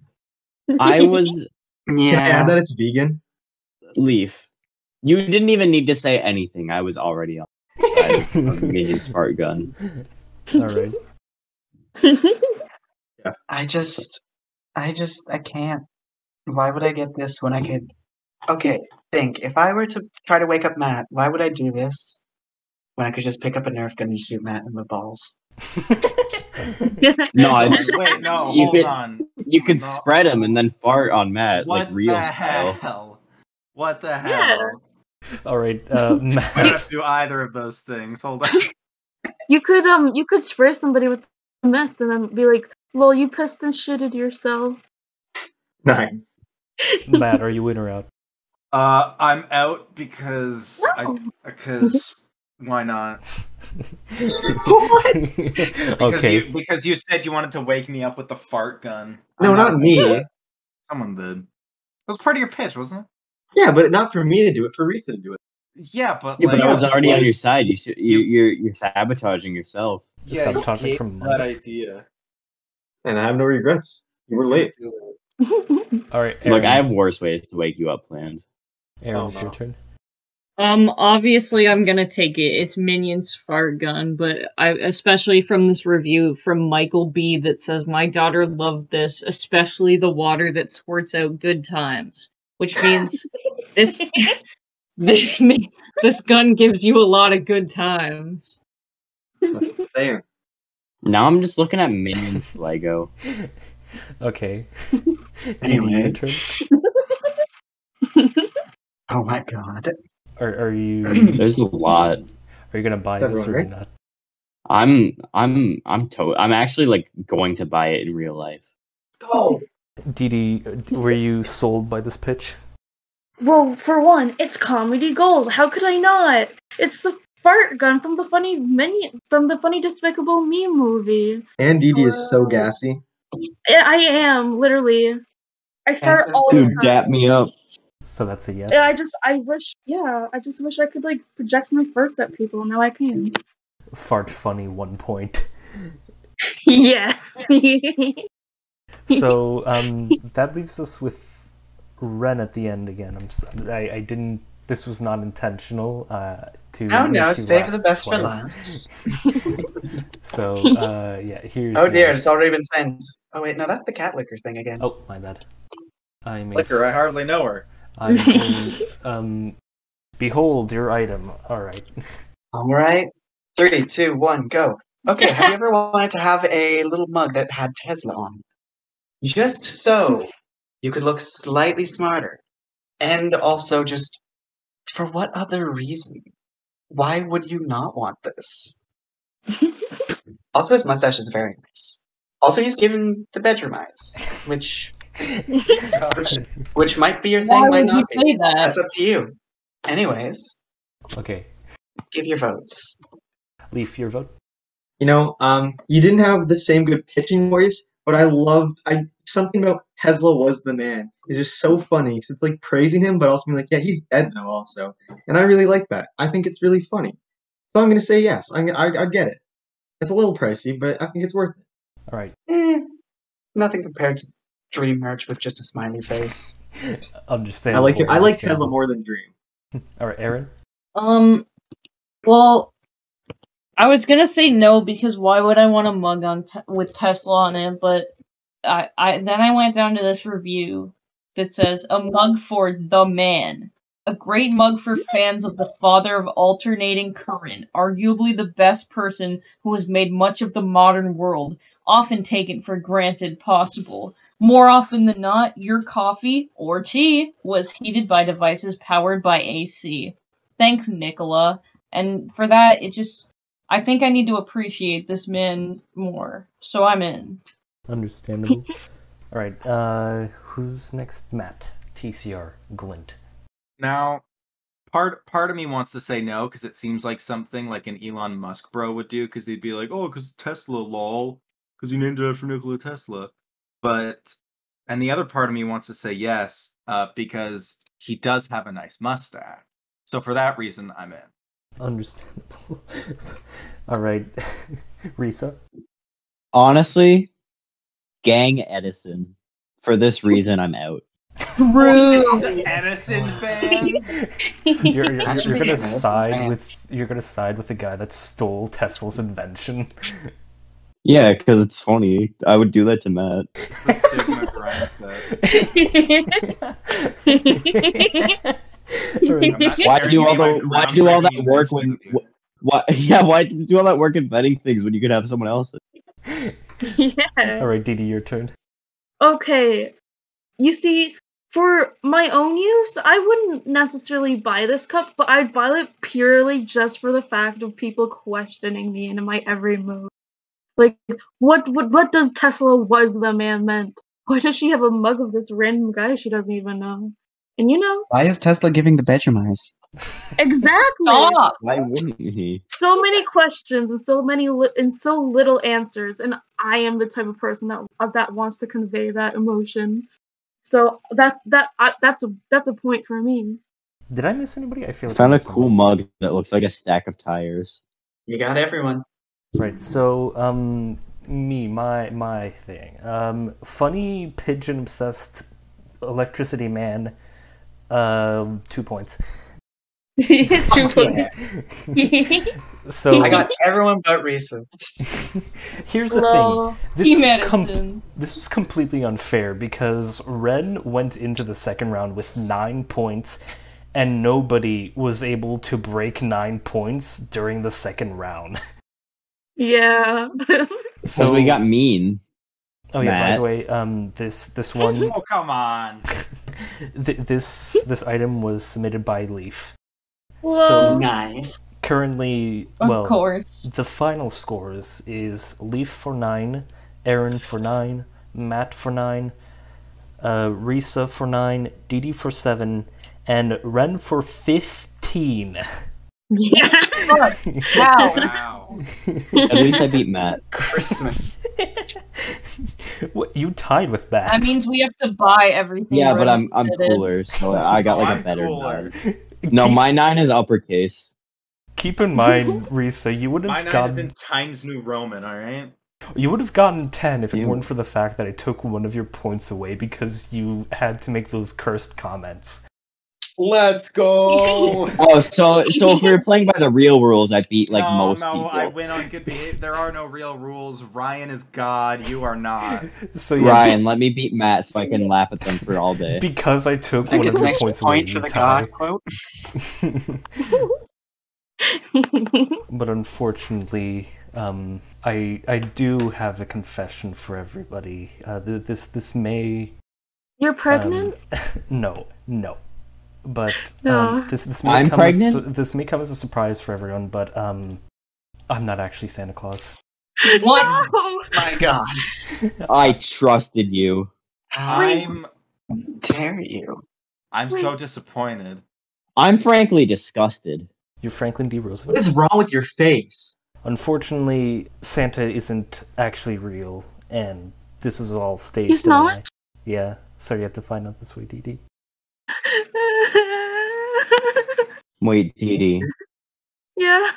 G: I was
B: Can I add
H: Yeah.
B: that it's vegan?
G: Leaf. You didn't even need to say anything. I was already on the side of Megan's fart gun.
E: All right.
H: I just, I just, I can't. Why would I get this when I could? Okay, think. If I were to try to wake up Matt, why would I do this when I could just pick up a Nerf gun and shoot Matt in the balls?
G: No, it's,
J: Wait, no,
G: You
J: hold
G: could-
J: on.
G: you could
J: No.
G: spread him and then fart on Matt
J: What
G: like real
J: the
G: style.
J: hell? What the hell?
C: Yeah.
E: All right. Uh,
J: I
E: Matt,
J: don't do either of those things. Hold on.
C: You could um you could spray somebody with mist and then be like, "Lol, you pissed and shitted yourself."
B: Nice.
E: Matt, are you in or out?
J: Uh, I'm out because I
C: No.
J: because why not?
B: What?
J: Because
E: okay.
J: you, because you said you wanted to wake me up with the fart gun.
B: No,
J: I'm
B: not me.
J: Someone did. It was part of your pitch, wasn't
B: Yeah, but not for me to do it, for Risa to do it.
J: it? Yeah, but
G: Yeah,
J: like
G: but I was already on
J: what
G: your
J: is-
G: side. You should you you're you're sabotaging yourself.
J: yeah, you
E: Sabotaging
F: gave
E: from
F: that
E: mice.
F: idea.
B: And I have no regrets. You were late.
F: Do it.
E: All right. Aaron,
G: Look, I have worse ways to wake you up planned.
E: Aaron,
F: Oh,
E: it's your
F: no.
E: turn.
I: Um, obviously, I'm gonna take it. It's Minions Fart Gun, but I especially from this review from Michael B that says my daughter loved this, especially the water that squirts out good times, which means this this ma- this gun gives you a lot of good times.
B: That's what I'm saying.
G: Now I'm just looking at minions Lego.
E: Okay. Dee Dee, your
H: Anyway.
E: turn.
H: Oh my god.
E: Are, are you
G: There's a lot.
E: are you gonna buy
B: Is that
E: this or
B: right?
E: not?
G: I'm I'm I'm to I'm actually like going to buy it in real life.
B: Oh,
E: Dee Dee, uh, were you sold by this pitch?
C: Well, for one, it's comedy gold. How could I not? It's the fart gun from the funny minion from the funny Despicable Me movie.
B: and Dee Dee is so gassy.
C: I, I am literally. I fart
H: Enter
C: all the
G: Dude,
C: time.
G: dap me up.
E: So that's a yes.
C: And I just, I wish, yeah, I just wish I could like project my farts at people. Now I can.
E: Fart funny one point.
C: Yes.
E: So um, that leaves us with Ren at the end again. I'm s- I, I didn't. This was not intentional. Uh, to
H: Oh
E: make
H: no,
E: you
H: save the
E: last
H: best for
E: twice.
H: last.
E: So uh, yeah, here's.
H: Oh dear,
E: yours.
H: it's already been sent. Oh wait, no, that's the cat liquor thing again.
E: Oh my bad. I made
F: Liquor, I hardly know her.
E: I'm going, um, behold your item. All right.
H: All right. Three, two, one, go. Okay, have you ever wanted to have a little mug that had Tesla on it? Just so you could look slightly smarter. And also, just for what other reason? Why would you not want this? Also, his mustache is very nice. Also, he's given the bedroom eyes, which which might be your thing,
I: Why
H: might
I: would you
H: not be.
I: say that?
H: That's up to you. Anyways,
E: Okay.
H: give your votes.
E: Leaf your vote.
B: You know, um, you didn't have the same good pitching voice, but I loved. I something about Tesla was the man. It's just so funny 'cause it's like praising him, but also being like, yeah, he's dead though, also. And I really like that. I think it's really funny. So I'm gonna say yes. I I, I get it. It's a little pricey, but I think it's worth it.
E: All right.
H: Eh, nothing compared to Dream Merch with just a smiley face.
E: Understand.
B: I like it. I like Tesla more than Dream.
E: All right, Aaron.
I: Um, well, I was gonna say no because why would I want a mug on te- with Tesla on it? But I, I then I went down to this review that says a mug for the man, a great mug for fans of the father of alternating current, arguably the best person who has made much of the modern world, often taken for granted possible. More often than not, your coffee or tea was heated by devices powered by AC thanks nicola and for that it just i think i need to appreciate this man more so i'm in
E: Understandable. All right. Uh, who's next? Matt. TCR. Glint.
J: now part part of me wants to say no because it seems like something like an Elon Musk bro would do because he'd be like, oh, because Tesla, lol, because he named it after Nikola Tesla. But and the other part of me wants to say yes uh, because he does have a nice mustache.
F: So for that reason, I'm in.
E: Understandable. All right, Risa.
G: Honestly, Gang Edison. For this reason, I'm out.
J: Rude. Edison fan.
E: You're, you're, you're,
H: Actually,
E: you're gonna
H: yeah,
E: side
H: that's-
E: with you're gonna side with the guy that stole Tesla's invention.
G: Yeah, because it's funny. I would do that to Matt.
F: The Sigma grind set.
E: Alright.
F: I'm not
G: Why
F: sharing
G: do all
F: any of
G: the-
F: my
G: why do all that
F: groundbreaking
G: work
F: inventions
G: when-
F: with you.
G: Why? Yeah, why do all that work inventing things when you could have someone else?
C: yeah.
E: All right, Didi, your turn.
C: Okay. You see, for my own use, I wouldn't necessarily buy this cup, but I'd buy it purely just for the fact of people questioning me in my every move. Like, what what what does Tesla was the man meant? Why does she have a mug of this random guy she doesn't even know? And you know,
H: Why is Tesla giving the Vegemite?
C: exactly.
I: Stop!
G: Why wouldn't he?
C: so many questions and so many li- and so little answers and i am the type of person that uh, that wants to convey that emotion so that's that I, that's a that's a point for me
E: Did I miss anybody? I feel
G: I
E: like I
G: found a
E: missed
G: cool
E: someone.
G: mug that looks like a stack of tires.
H: You got everyone.
E: Right. So, um, me, my my thing. Um, funny pigeon obsessed electricity man. Um, two points.
I: Two points.
E: so
H: I got everyone but Risa.
E: here's the thing.
I: Lol.
E: This
I: Team
E: is com-
I: Edison.
E: This was completely unfair because Ren went into the second round with nine points, and nobody was able to break nine points during the second round.
C: yeah
G: Because
E: So
G: we got mean.
E: Oh yeah. By
G: Matt.
E: the way, um, this this one,
J: Oh come on.
E: th- this this item was submitted by Leaf.
I: Whoa.
H: Nice.
E: Currently,
I: Of
E: well,
I: course.
E: the final scores is Leaf for nine, Aaron for nine, Matt for nine, uh, Risa for nine, Didi for seven, and Ren for fifteen.
C: yeah
I: Wow.
J: Wow.
G: At least I beat Matt.
H: Christmas.
E: What you tied with Matt?
I: That means we have to buy everything.
G: Yeah, but
I: Ren
G: I'm I'm
I: did.
G: cooler, so I got like
J: I'm
G: a better
J: cooler.
G: nine. No,
E: keep,
G: my nine is uppercase.
E: keep in mind, Risa, you would
J: My
E: have
J: nine
E: gotten
J: is in Times New Roman. All right.
E: you would have gotten ten if it
G: You-
E: weren't for the fact that I took one of your points away because you had to make those cursed comments.
J: Let's go.
G: Oh, so so if we were playing by the real rules, I beat like
J: no,
G: most
J: no,
G: people.
J: I win on good behavior. There are no real rules. Ryan is God. You are not.
E: So yeah,
G: Ryan, let me beat Matt so I can laugh at them for all day.
E: because I took
H: That
E: one of
H: gets an
E: your
H: extra
E: points away,
H: point for
E: you
H: the
E: tied.
H: God quote.
E: but unfortunately, um, I I do have a confession for everybody. Uh, th- this this may
C: you're
E: um,
C: pregnant
E: no, no. But
C: No.
E: um, this this may
G: I'm
E: come as a su-
G: pregnant?
E: this may come as a surprise for everyone. But um, I'm not actually Santa Claus.
I: What?
C: no!
H: Oh My God.
G: I trusted you.
H: How
J: I'm.
H: dare you?
J: I'm so
C: Wait.
J: disappointed.
G: I'm frankly disgusted.
E: You're Franklin D.
B: What
E: Roosevelt.
B: is wrong with your face?
E: Unfortunately, Santa isn't actually real, and this was all staged.
C: He's
E: in a
C: not?
E: way. Yeah. So you have to find out this way, Dee Dee.
G: Wait, Didi,
C: yeah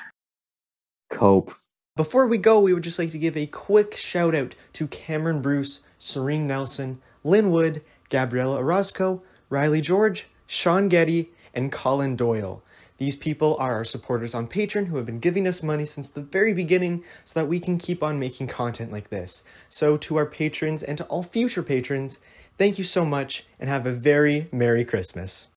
G: cope.
K: Before we go, we would just like to give a quick shout out to Cameron Bruce, Serene Nelson, Lynn Wood, Gabriella Orozco, Riley George, Sean Getty, and Colin Doyle. These people are our supporters on Patreon who have been giving us money since the very beginning so that we can keep on making content like this. So, to our patrons and to all future patrons, thank you so much and have a very Merry Christmas.